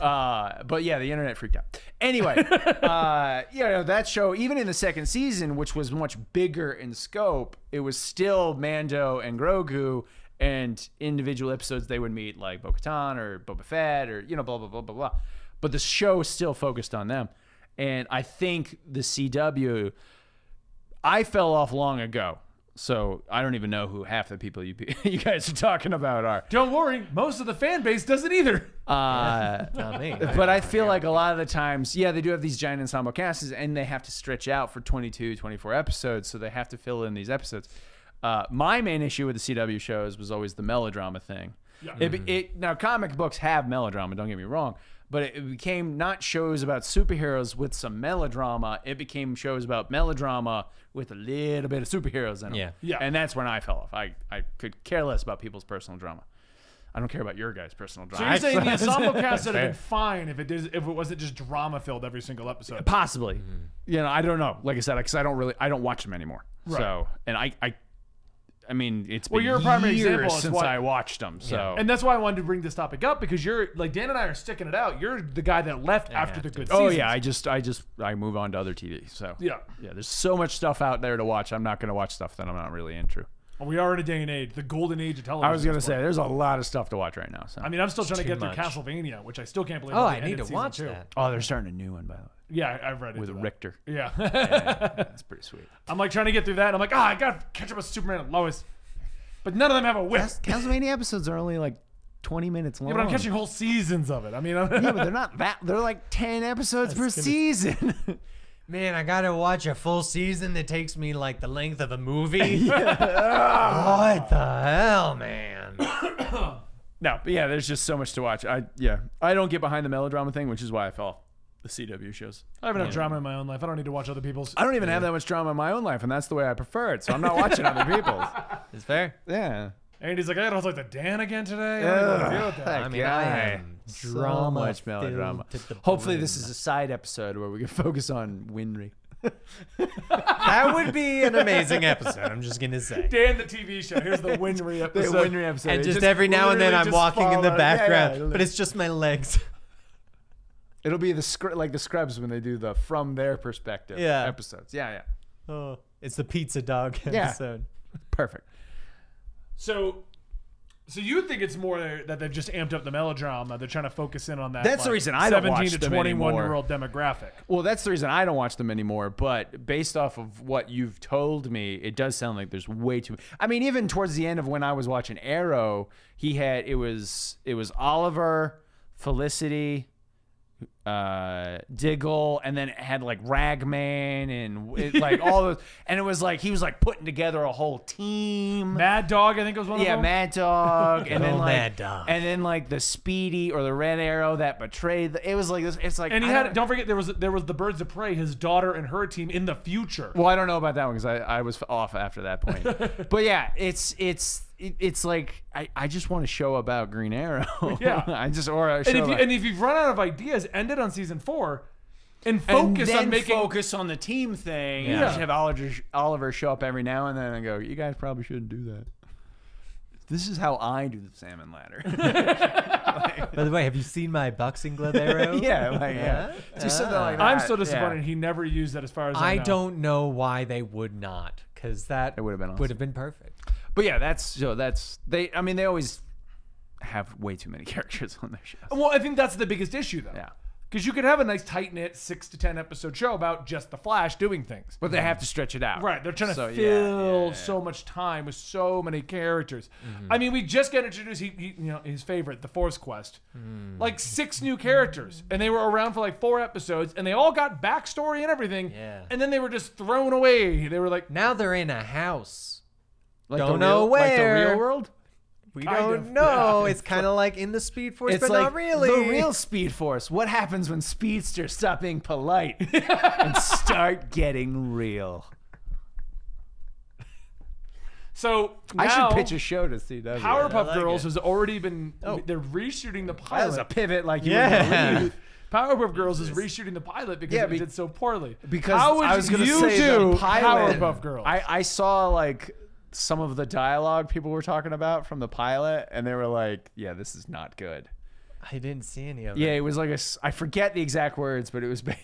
Speaker 2: Uh, but yeah, the internet freaked out. Anyway, uh, you know that show, even in the second season, which was much bigger in scope, it was still Mando and Grogu. And individual episodes, they would meet like Bo Katan or Boba Fett or, you know, blah, blah, blah, blah, blah. But the show still focused on them. And I think the CW, I fell off long ago, so I don't even know who half the people you pe- you guys are talking about are.
Speaker 1: Don't worry, most of the fan base doesn't either.
Speaker 2: Uh,
Speaker 3: Not me.
Speaker 2: but I feel like a lot of the times, yeah, they do have these giant ensemble casts, and they have to stretch out for 22, 24 episodes, so they have to fill in these episodes. Uh, my main issue with the CW shows was always the melodrama thing. It, it, now, comic books have melodrama, don't get me wrong, but it, it became not shows about superheroes with some melodrama. It became shows about melodrama with a little bit of superheroes in them.
Speaker 3: Yeah.
Speaker 1: Yeah.
Speaker 2: And that's when I fell off. I, I could care less about people's personal drama. I don't care about your guys' personal drama.
Speaker 1: So you're saying the ensemble cast would have
Speaker 2: fair.
Speaker 1: been fine if it did, if it wasn't just drama filled every single episode.
Speaker 2: possibly
Speaker 1: Mm-hmm.
Speaker 2: you know i don't know like i said because i don't really i don't watch them anymore so and i i i mean it's well
Speaker 1: you're a primary example, it's
Speaker 2: since
Speaker 1: why-
Speaker 2: i watched them so
Speaker 1: And that's why I wanted to bring this topic up because you're like Dan and I are sticking it out. You're the guy that left after the good.
Speaker 2: oh
Speaker 1: seasons.
Speaker 2: yeah i just i just i move on to other tv so
Speaker 1: yeah.
Speaker 2: yeah there's so much stuff out there to watch i'm not going to watch stuff that i'm not really into
Speaker 1: We are in a day and age, the golden age of television.
Speaker 2: i was going to say there's a lot of stuff to watch right now so
Speaker 1: I mean, I'm still trying to
Speaker 3: too
Speaker 1: get through
Speaker 3: much.
Speaker 1: Castlevania, which I still can't believe.
Speaker 3: oh,
Speaker 1: only
Speaker 3: I need
Speaker 1: ended
Speaker 3: to
Speaker 1: season
Speaker 3: watch
Speaker 1: two.
Speaker 3: that.
Speaker 2: oh they're starting a new one by the way
Speaker 1: Yeah, I've read it.
Speaker 2: with Richter.
Speaker 1: Yeah.
Speaker 2: That's pretty sweet.
Speaker 1: I'm like trying to get through that. And I'm like, ah, I gotta catch up with Superman and Lois. But none of them have a whip.
Speaker 2: Castlevania episodes are only like 20 minutes long.
Speaker 1: Yeah, but I'm catching whole seasons of it. I mean, I'm,
Speaker 2: Yeah, but they're not that. They're like 10 episodes per season.
Speaker 3: Man, I gotta watch a full season that takes me like the length of a movie. what the hell, man?
Speaker 2: no, but yeah, there's just so much to watch. I yeah, I don't get behind the melodrama thing, which is why I fell off the CW shows.
Speaker 1: I have enough drama in my own life. I don't need to watch other people's.
Speaker 2: I don't even have that much drama in my own life, and that's the way I prefer it. So I'm not watching other people's.
Speaker 3: It's fair.
Speaker 2: Yeah.
Speaker 1: Andy's like, I gotta talk to Dan again today. I don't even wanna deal
Speaker 2: Oh,
Speaker 1: with that.
Speaker 3: I mean, I am drama.
Speaker 2: so much melodrama.
Speaker 3: filled to the
Speaker 2: Hopefully,
Speaker 3: brim.
Speaker 2: this is a side episode where we can focus on Winry.
Speaker 3: that would be an amazing episode. I'm just gonna say.
Speaker 1: Dan the TV show. Here's the Winry episode.
Speaker 2: episode.
Speaker 3: And just, every now and then,
Speaker 2: literally
Speaker 3: I'm
Speaker 2: just
Speaker 3: walking in the
Speaker 2: follow-
Speaker 3: background,
Speaker 2: Yeah, yeah.
Speaker 3: but it's just my legs.
Speaker 2: It'll be the scr- like the Scrubs when they do the from their perspective
Speaker 3: Yeah.
Speaker 2: episodes. Yeah, yeah.
Speaker 3: Oh, it's the pizza dog
Speaker 2: Yeah.
Speaker 3: episode.
Speaker 2: Perfect.
Speaker 1: So, so you think it's more that they've just amped up the melodrama? They're trying to focus in on that.
Speaker 2: That's the
Speaker 1: like,
Speaker 2: reason I don't
Speaker 1: seventeen
Speaker 2: watch
Speaker 1: to
Speaker 2: them
Speaker 1: twenty-one
Speaker 2: anymore.
Speaker 1: year old demographic.
Speaker 2: Well, that's the reason I don't watch them anymore. But based off of what you've told me, it does sound like there's way too. I mean, even towards the end of when I was watching Arrow, he had it was it was Oliver, Felicity, uh, Diggle, and then it had like Ragman and it, like all those. And it was like he was like putting together a whole team.
Speaker 1: Mad Dog, Oh, I think was one
Speaker 2: yeah,
Speaker 1: of them.
Speaker 2: Mad Dog, and then
Speaker 3: old
Speaker 2: like,
Speaker 3: Mad Dog.
Speaker 2: and then like the Speedy or the Red Arrow that betrayed. The, it was like this. It's like
Speaker 1: And he
Speaker 2: I
Speaker 1: had.
Speaker 2: don't-
Speaker 1: Don't forget there was there was the Birds of Prey, his daughter and her team in the future.
Speaker 2: Well, I don't know about that one because I, I was off after that point. but yeah, it's it's it, it's like I, I just want a show about Green Arrow.
Speaker 1: Yeah.
Speaker 2: I just or a show.
Speaker 1: and if you,
Speaker 2: about-
Speaker 1: and if you've run out of ideas, end it on season four, and
Speaker 2: and
Speaker 1: focus
Speaker 2: then
Speaker 1: on making.
Speaker 2: focus on the team thing. And
Speaker 1: Yeah.
Speaker 2: just have Oliver Oliver show up every now and then and go, you guys probably shouldn't do that. This is how I do the salmon ladder.
Speaker 3: By the way, have you seen my boxing glove arrow?
Speaker 2: yeah, like, yeah, just something like that.
Speaker 1: I'm so
Speaker 2: Yeah.
Speaker 1: disappointed he never used that. As far as I,
Speaker 3: I
Speaker 1: know.
Speaker 3: don't know why they would not, because that
Speaker 2: It would've been
Speaker 3: would have been perfect.
Speaker 2: But yeah, that's so that's they. I mean, they always have way too many characters on their show.
Speaker 1: Well, I think that's the biggest issue though.
Speaker 2: Yeah.
Speaker 1: Because you could have a nice tight knit six to ten episode show about just the Flash doing things.
Speaker 2: But they have to stretch it out.
Speaker 1: Right, they're trying to
Speaker 2: So, yeah,
Speaker 1: fill
Speaker 2: yeah, Mm-hmm. yeah.
Speaker 1: so much time with so many characters. I mean, we just got introduced. He, he, you know, his favorite, the Force Quest,
Speaker 2: Mm.
Speaker 1: like six new characters, and they were around for like four episodes, and they all got backstory and everything.
Speaker 3: Yeah.
Speaker 1: And then they were just thrown away. They were like,
Speaker 3: Now they're in a house.
Speaker 2: Like
Speaker 3: Don't
Speaker 2: the real,
Speaker 3: know
Speaker 2: Like the
Speaker 3: where.
Speaker 2: real world?
Speaker 3: We
Speaker 1: Kind
Speaker 3: don't
Speaker 1: of,
Speaker 3: know. It's kind of like in the Speed Force, but not really.
Speaker 2: the real Speed Force. What happens when speedsters stop being polite and start getting real?
Speaker 1: so now,
Speaker 2: I should pitch a show to CW.
Speaker 1: Powerpuff
Speaker 3: like
Speaker 1: Girls
Speaker 3: it.
Speaker 1: has already been. They're reshooting the
Speaker 2: that was a
Speaker 1: pilot.
Speaker 2: pivot, like you wouldn't
Speaker 3: Yeah.
Speaker 2: believe.
Speaker 1: Powerpuff Girls is reshooting the pilot because
Speaker 2: Yeah,
Speaker 1: it
Speaker 2: be-
Speaker 1: did so poorly.
Speaker 2: Because
Speaker 1: how would
Speaker 2: I was gonna
Speaker 1: you
Speaker 2: say
Speaker 1: do
Speaker 2: the pilot,
Speaker 1: Powerpuff Girls?
Speaker 2: I, I saw like some of the dialogue people were talking about from the pilot, and they were like, "Yeah, this is not good."
Speaker 3: I didn't see any of it.
Speaker 2: Yeah, it was like a. s- I forget the exact words, but it was ba-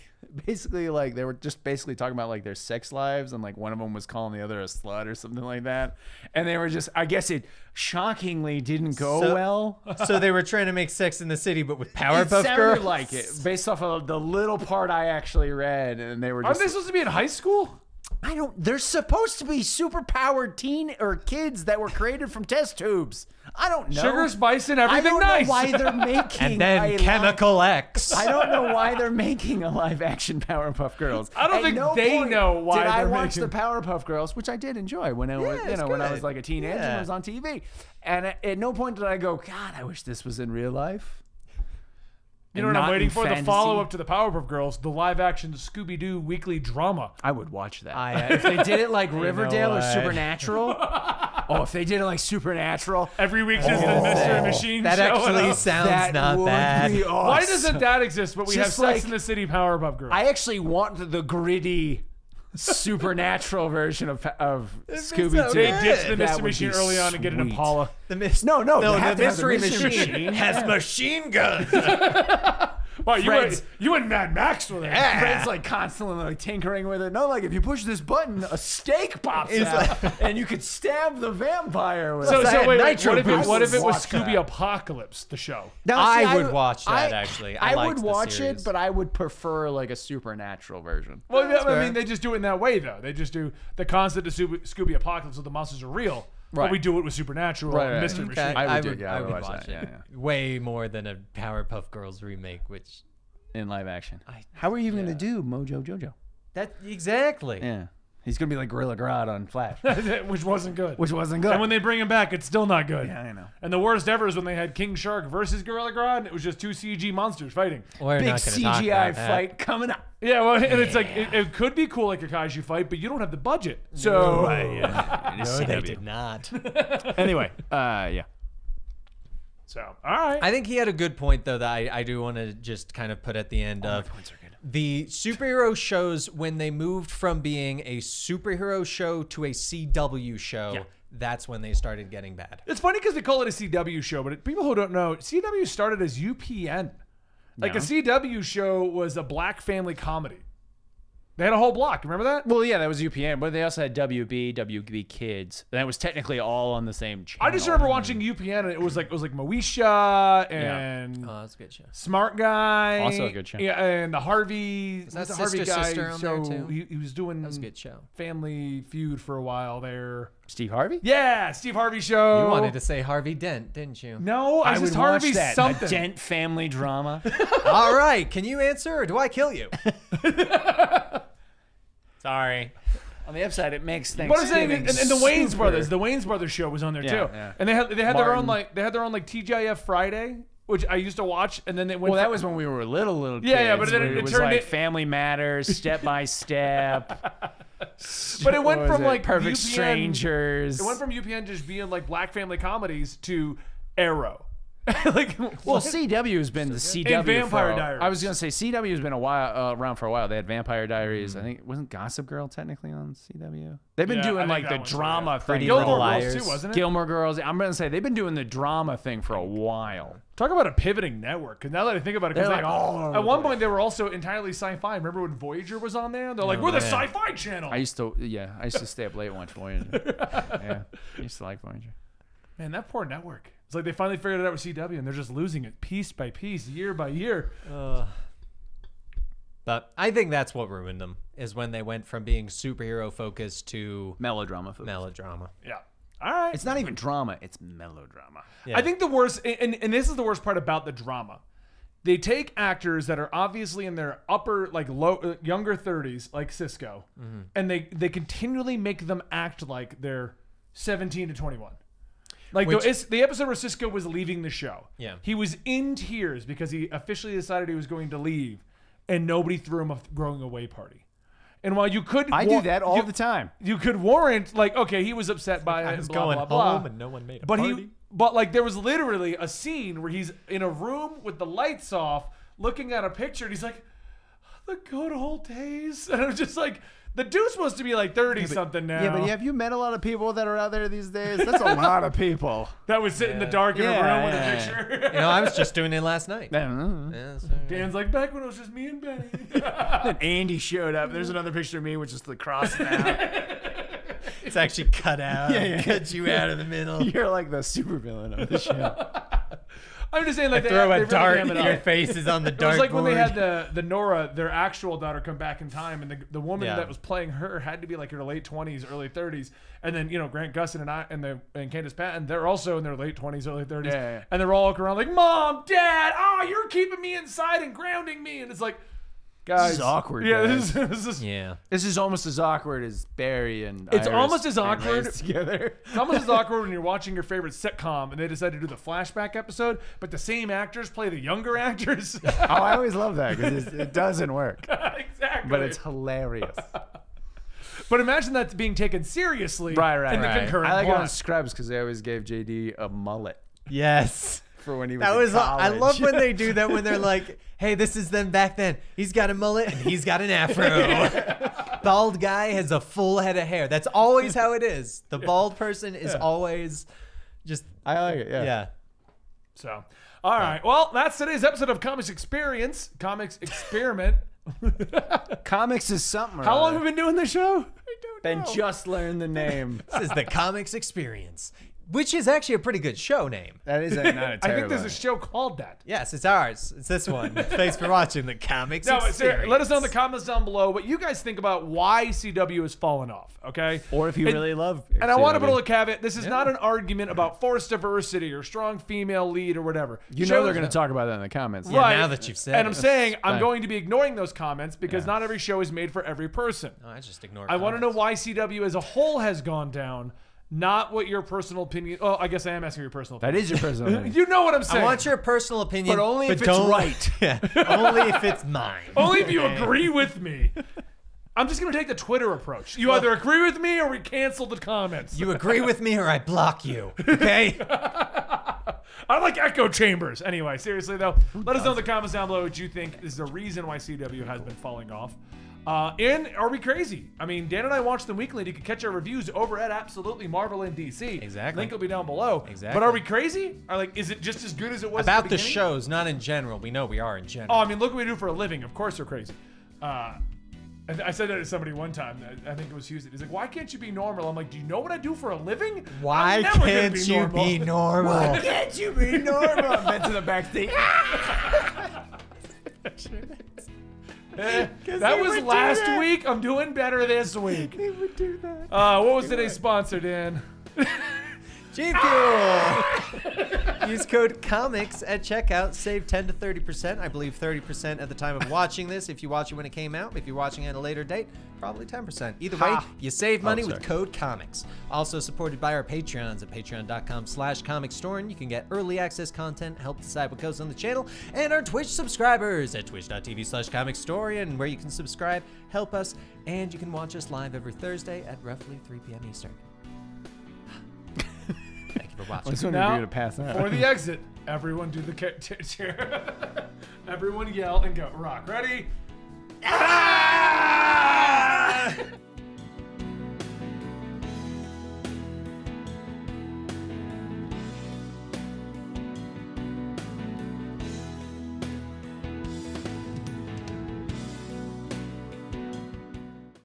Speaker 2: basically like they were just basically talking about like their sex lives, and like one of them was calling the other a slut or something like that. And they were just, I guess it shockingly didn't go
Speaker 3: So-
Speaker 2: well.
Speaker 3: so they were trying to make Sex in the City, but with
Speaker 2: It
Speaker 3: Powerpuff
Speaker 2: sounded
Speaker 3: Girls.
Speaker 2: like it based off of the little part I actually read, and they were
Speaker 1: Aren't
Speaker 2: just.
Speaker 1: they supposed to be in high school?
Speaker 2: I don't. They're supposed to be superpowered teen or kids that were created from test tubes. I don't know.
Speaker 1: Sugar, spice, and
Speaker 2: I
Speaker 1: everything
Speaker 2: don't
Speaker 1: nice.
Speaker 2: know why they're making
Speaker 3: and
Speaker 2: a
Speaker 3: then
Speaker 2: live-
Speaker 3: Chemical X.
Speaker 2: I don't know why they're making a live action Powerpuff Girls.
Speaker 1: I don't
Speaker 2: At
Speaker 1: think
Speaker 2: no
Speaker 1: they
Speaker 2: point
Speaker 1: know why
Speaker 2: Did I
Speaker 1: they're
Speaker 2: watch
Speaker 1: making-
Speaker 2: the Powerpuff Girls, which I did enjoy when I was,
Speaker 3: Yeah,
Speaker 2: you
Speaker 3: it's
Speaker 2: know, when I
Speaker 3: good.
Speaker 2: was like a teenager and
Speaker 3: Yeah.
Speaker 2: it was on TV. And at at no point did I go, God, I wish this was in real life.
Speaker 1: You know
Speaker 2: And
Speaker 1: what I'm
Speaker 2: not
Speaker 1: waiting
Speaker 2: in
Speaker 1: for? The
Speaker 2: fantasy.
Speaker 1: follow up to the Powerpuff Girls, the live action Scooby Doo weekly drama.
Speaker 2: I would watch that.
Speaker 3: I, uh,
Speaker 2: if they did it like Riverdale or
Speaker 3: what?
Speaker 2: Supernatural. oh, if they did it like Supernatural,
Speaker 1: Every week there's the
Speaker 2: Oh.
Speaker 1: Mystery Machine
Speaker 3: that
Speaker 1: showing
Speaker 3: actually
Speaker 1: up.
Speaker 3: sounds
Speaker 2: that
Speaker 3: not
Speaker 2: would
Speaker 3: bad.
Speaker 2: be awesome.
Speaker 1: Why doesn't that exist? But we have
Speaker 2: Just
Speaker 1: Sex
Speaker 2: like-
Speaker 1: in the City Powerpuff Girls.
Speaker 2: I actually want the, the gritty supernatural version of of
Speaker 3: so
Speaker 2: Scooby Doo.
Speaker 1: they
Speaker 3: Yeah,
Speaker 1: ditched the
Speaker 2: that
Speaker 1: Mystery
Speaker 2: would
Speaker 1: Machine
Speaker 2: be
Speaker 1: early on and get an
Speaker 2: sweet.
Speaker 1: Impala.
Speaker 3: The mis-
Speaker 2: No, no,
Speaker 3: no
Speaker 2: they
Speaker 3: the
Speaker 2: have to have the
Speaker 3: mystery
Speaker 2: Mystery
Speaker 3: machine
Speaker 2: Machine.
Speaker 3: has machine guns.
Speaker 1: Wow, you
Speaker 2: Fred's-
Speaker 1: went, you went Mad Max with it.
Speaker 2: Fred's like constantly like tinkering with it. No, like if you push this button, a steak pops out, and you could stab the vampire with
Speaker 1: So,
Speaker 2: it.
Speaker 1: so wait, wait,
Speaker 3: Nitro
Speaker 1: what if it,
Speaker 3: Boost.
Speaker 1: what if it was
Speaker 2: Watch that.
Speaker 1: Scooby Apocalypse, the show?
Speaker 2: Now,
Speaker 3: I would watch that, actually. I
Speaker 2: would
Speaker 3: liked the
Speaker 2: watch
Speaker 3: series.
Speaker 2: it, but I would prefer like a supernatural version.
Speaker 1: Well, I mean, they just do it in that way, though. They just do the concept of Scooby, Scooby Apocalypse, so the monsters are real. But
Speaker 2: Right.
Speaker 1: we do it with supernatural
Speaker 2: Right,
Speaker 1: and
Speaker 2: right,
Speaker 1: mystery
Speaker 2: okay.
Speaker 1: machine.
Speaker 2: I would do- yeah, I would watch that, yeah,
Speaker 3: way more than a Powerpuff Girls remake, which
Speaker 2: in live action.
Speaker 3: I-
Speaker 2: How are you even gonna do Mojo Jojo?
Speaker 3: that exactly.
Speaker 2: Yeah, he's gonna be like Gorilla Grodd on Flash,
Speaker 1: which wasn't good.
Speaker 2: which wasn't good.
Speaker 1: And when they bring him back, it's still not good.
Speaker 2: Yeah, I know.
Speaker 1: And the worst ever is when they had King Shark versus Gorilla Grodd, and it was just two CG monsters fighting.
Speaker 3: We're
Speaker 2: Big
Speaker 3: not gonna talk
Speaker 2: CGI
Speaker 3: about that.
Speaker 2: fight coming up.
Speaker 1: Yeah, well, and it's like it, it could be cool like a kaiju fight, but you don't have the budget. So
Speaker 3: No, they did not.
Speaker 2: anyway, uh, yeah.
Speaker 1: so all right.
Speaker 3: I think he had a good point though that I, I do want to just kind of put at the end of the superhero shows when they moved from being a superhero show to a CW show. That's when they started getting bad.
Speaker 1: It's funny because they call it a CW show, but it, people who don't know, CW started as UPN. Like a CW show was a black family comedy. They had a whole block. Remember that?
Speaker 2: Well, yeah, that was UPN, but they also had WB, WB Kids. That was technically all on the same channel.
Speaker 1: I just remember watching UPN, and it was like it was like Moesha and
Speaker 3: Oh, that's a good show.
Speaker 1: Smart Guy,
Speaker 2: Uh, Also a good show.
Speaker 1: Yeah, and the Harvey. Was
Speaker 3: that
Speaker 1: the Harvey
Speaker 3: Sister
Speaker 1: guy?
Speaker 3: Sister on
Speaker 1: so
Speaker 3: there, too?
Speaker 1: He, he was doing
Speaker 3: That's a good show.
Speaker 1: Family Feud for a while there.
Speaker 2: Steve Harvey.
Speaker 1: Yeah, Steve Harvey show.
Speaker 3: You wanted to say Harvey Dent, didn't you?
Speaker 1: No, I,
Speaker 2: I
Speaker 1: was
Speaker 2: would
Speaker 1: Harvey
Speaker 2: watch that.
Speaker 1: something.
Speaker 2: A Dent family drama.
Speaker 3: All right, can you answer or do I kill you? Sorry.
Speaker 2: on the upside, it makes things.
Speaker 1: But I'm saying, and, and the Wayne's Brothers, the Wayne's Brothers show was on there too,
Speaker 2: yeah.
Speaker 1: and they had they had their own
Speaker 2: Martin.
Speaker 1: like they had their own like TGIF Friday, which I used to watch, and then they went.
Speaker 2: well, that
Speaker 1: for-
Speaker 2: was when we were little, little kids.
Speaker 1: Yeah, yeah, but then
Speaker 2: where
Speaker 1: it- it
Speaker 2: was
Speaker 1: turned
Speaker 2: like
Speaker 1: it-
Speaker 2: Family Matters, Step by Step.
Speaker 1: but it went
Speaker 2: what was
Speaker 1: from
Speaker 2: it?
Speaker 1: like
Speaker 2: Perfect
Speaker 1: UPN
Speaker 2: Strangers.
Speaker 1: It went from UPN just being like black family comedies to Arrow, like
Speaker 2: well, CW has been the CW.
Speaker 1: And Vampire
Speaker 2: for a-
Speaker 1: Diaries.
Speaker 2: I was gonna say CW has been a while uh, around for a while. They had Vampire Diaries. I think wasn't Gossip Girl technically on CW. They've been
Speaker 1: Yeah, I think
Speaker 2: doing like
Speaker 1: that
Speaker 2: the
Speaker 1: one's still
Speaker 2: drama
Speaker 1: there.
Speaker 2: thing.
Speaker 1: Gilmore
Speaker 2: for a
Speaker 1: Girls too,
Speaker 3: Liars.
Speaker 1: wasn't it?
Speaker 2: Gilmore Girls. I'm gonna say they've been doing the drama thing for a while.
Speaker 1: Talk about a pivoting network. Because now that I think about it, because
Speaker 2: They're
Speaker 1: like,
Speaker 2: like all over
Speaker 1: at
Speaker 2: the
Speaker 1: one point they were also entirely sci-fi. Remember when Voyager was on there? They're like, we're the
Speaker 3: man.
Speaker 1: sci-fi channel.
Speaker 2: Oh, I used to, yeah, I used to stay up late and watch Voyager. yeah, I used to like Voyager.
Speaker 1: Man, that poor network. It's like they finally figured it out with CW, and they're just losing it piece by piece, year by year.
Speaker 3: But I think that's what ruined them is when they went from being superhero focused to
Speaker 2: Melodrama. Food.
Speaker 3: melodrama.
Speaker 1: Yeah. All right.
Speaker 2: It's not even drama; it's melodrama.
Speaker 3: Yeah.
Speaker 1: I think the worst, and, and this is the worst part about the drama. They take actors that are obviously in their upper, like low, uh, younger thirties, like Cisco,
Speaker 3: Mm-hmm.
Speaker 1: and they they continually make them act like they're seventeen to twenty one. Like the,
Speaker 3: Which-
Speaker 1: it's- the episode where Cisco was leaving the show,
Speaker 3: Yeah.
Speaker 1: he was in tears because he officially decided he was going to leave, and nobody threw him a growing away party. And while you could,
Speaker 2: I
Speaker 1: wa-
Speaker 2: do that all
Speaker 1: you-
Speaker 2: the time.
Speaker 1: You could warrant, like, okay, he was upset by it.
Speaker 3: I was
Speaker 1: blah,
Speaker 3: going
Speaker 1: blah, blah.
Speaker 3: home and no one made a
Speaker 1: But
Speaker 3: party.
Speaker 1: he, but like there was literally a scene where he's in a room with the lights off, looking at a picture, and he's like, "The good old days." And I'm just like, the dude's supposed to be like thirty something now.
Speaker 2: Yeah, but have you met a lot of people that are out there these days? That's a lot of people.
Speaker 1: that would sit in the dark in a
Speaker 2: Yeah,
Speaker 1: room
Speaker 2: yeah,
Speaker 1: with a picture.
Speaker 3: you know, I was just doing it last night.
Speaker 2: Then
Speaker 3: Yeah, so-
Speaker 1: Dan's like, back when it was just me and Benny.
Speaker 2: Andy showed up. There's another picture of me, which is the cross now.
Speaker 3: It's actually cut out.
Speaker 2: Yeah, yeah.
Speaker 3: Cut you out of the middle.
Speaker 2: You're like the supervillain of the show.
Speaker 1: I'm just saying, like, they,
Speaker 3: Throw
Speaker 1: they
Speaker 3: a
Speaker 1: really
Speaker 3: dart.
Speaker 1: ham it up.
Speaker 3: Your face is on the
Speaker 1: It
Speaker 3: dartboard.
Speaker 1: was like when they had the, the Nora, their actual daughter, come back in time, and the, the woman
Speaker 3: Yeah.
Speaker 1: that was playing her had to be like her late twenties, early thirties, and then you know Grant Gustin and I and the and Candace Patton, they're also in their late twenties, early thirties,
Speaker 2: Yeah, yeah.
Speaker 1: and they're all walking around like, "Mom, Dad, oh, you're keeping me inside and grounding me," and it's like, guys,
Speaker 2: is awkward,
Speaker 1: Yeah,
Speaker 2: guys.
Speaker 1: this is, this is
Speaker 3: Yeah.
Speaker 2: This is almost as awkward as Barry and
Speaker 1: It's
Speaker 2: Iris
Speaker 1: almost as
Speaker 2: being
Speaker 1: awkward-
Speaker 2: raised together.
Speaker 1: It's almost as awkward when you're watching your favorite sitcom and they decide to do the flashback episode, but the same actors play the younger actors.
Speaker 2: Oh, I always love that because it doesn't work,
Speaker 1: exactly.
Speaker 2: but it's hilarious.
Speaker 1: But imagine that's being taken seriously
Speaker 2: Right, right,
Speaker 1: in the
Speaker 2: right.
Speaker 1: concurrent
Speaker 2: I like it on
Speaker 1: plot.
Speaker 2: Scrubs because they always gave JD a mullet
Speaker 3: Yes.
Speaker 2: for when he was.
Speaker 3: That
Speaker 2: in
Speaker 3: was I
Speaker 2: college.
Speaker 3: love when they do that when they're like, "Hey, this is them back then. He's got a mullet and he's got an afro. bald guy has a full head of hair. That's always how it is. The bald person is always just
Speaker 2: I like it. Yeah.
Speaker 3: yeah.
Speaker 1: So, all right. Well, that's today's episode of Comics Experience, Comics Experiment.
Speaker 2: Comics is something. or
Speaker 1: How long
Speaker 2: other.
Speaker 1: have we been doing this show?
Speaker 2: Ben just learned the name.
Speaker 3: This is the Comics Experience, which is actually a pretty good show name.
Speaker 2: that is a, not a
Speaker 1: I
Speaker 2: terrible.
Speaker 1: think there's a
Speaker 2: name.
Speaker 1: show called that.
Speaker 3: Yes, it's ours. It's this one. Thanks for watching the Comics
Speaker 1: No,
Speaker 3: Experience.
Speaker 1: ser- let us know in the comments down below what you guys think about why CW has fallen off. Okay,
Speaker 2: or if you
Speaker 1: And-
Speaker 2: really love.
Speaker 1: And I want to put a
Speaker 2: CW.
Speaker 1: little caveat. This is not an argument about forced diversity or strong female lead or whatever.
Speaker 2: You know they're
Speaker 1: Shows-
Speaker 2: going to talk about that in the comments.
Speaker 3: Yeah, now that you've said
Speaker 1: And
Speaker 3: it.
Speaker 1: I'm saying I'm
Speaker 2: Fine.
Speaker 1: going to be ignoring those comments because not every show is made for every person.
Speaker 3: No, I just ignore.
Speaker 1: I want to know why CW as a whole has gone down, not what your personal opinion. Oh, I guess I am asking your personal.
Speaker 2: That is your personal opinion.
Speaker 1: You know what I'm saying.
Speaker 3: I want your personal opinion,
Speaker 2: But only if it's
Speaker 3: don't-
Speaker 2: right.
Speaker 3: Yeah, only if it's mine.
Speaker 1: Only if you agree with me. I'm just gonna take the Twitter approach. You either agree with me or we cancel the comments.
Speaker 3: You agree with me or I block you. Okay.
Speaker 1: I like echo chambers. Anyway, seriously though, let us know in the comments down below what you think is the reason why CW has been falling off. Uh, and are we crazy? I mean, Dan and I watch them weekly. and You can catch our reviews over at Absolutely Marvel in DC.
Speaker 3: Exactly.
Speaker 1: Link will be down below.
Speaker 3: Exactly.
Speaker 1: But are we crazy? Are like, is it just as good as it was at
Speaker 3: About the
Speaker 1: beginning?
Speaker 3: shows, not in general. We know we are in general.
Speaker 1: Oh, I mean, look what we do for a living. Of course, we're crazy. Uh, I, th- I said that to somebody one time. I, I think it was Houston. He's like, "Why can't you be normal?" I'm like, "Do you know what Oh, I do for a living?
Speaker 3: Why
Speaker 1: I'm never gonna
Speaker 3: can't you be normal?
Speaker 2: Can't you be normal? Ben to the backstage.
Speaker 1: Eh, that
Speaker 3: they
Speaker 1: was
Speaker 3: would do
Speaker 1: last
Speaker 3: that.
Speaker 1: week. I'm doing better this week.
Speaker 2: They would do that.
Speaker 1: Uh, what was today's sponsor, Dan?
Speaker 3: G Fuel. Use code COMICS at checkout. Save 10 to 30%. I believe 30% at the time of watching this. If you watch it when it came out, if you're watching it at a later date, probably 10%. Either way,
Speaker 1: Ha.
Speaker 3: you save money with
Speaker 2: sorry.
Speaker 3: code COMICS. Also supported by our Patreons at patreon.com slash comic store, and you can get early access content, help decide what goes on the channel, and our Twitch subscribers at twitch.tv slash comic story, and where you can subscribe, help us, and you can watch us live every Thursday at roughly 3 p.m. Eastern. Thank you for watching.
Speaker 2: This one
Speaker 1: Now,
Speaker 2: you to pass out.
Speaker 1: for the exit, everyone do the ca- t- cheer. everyone yell and go rock. Ready? Ah!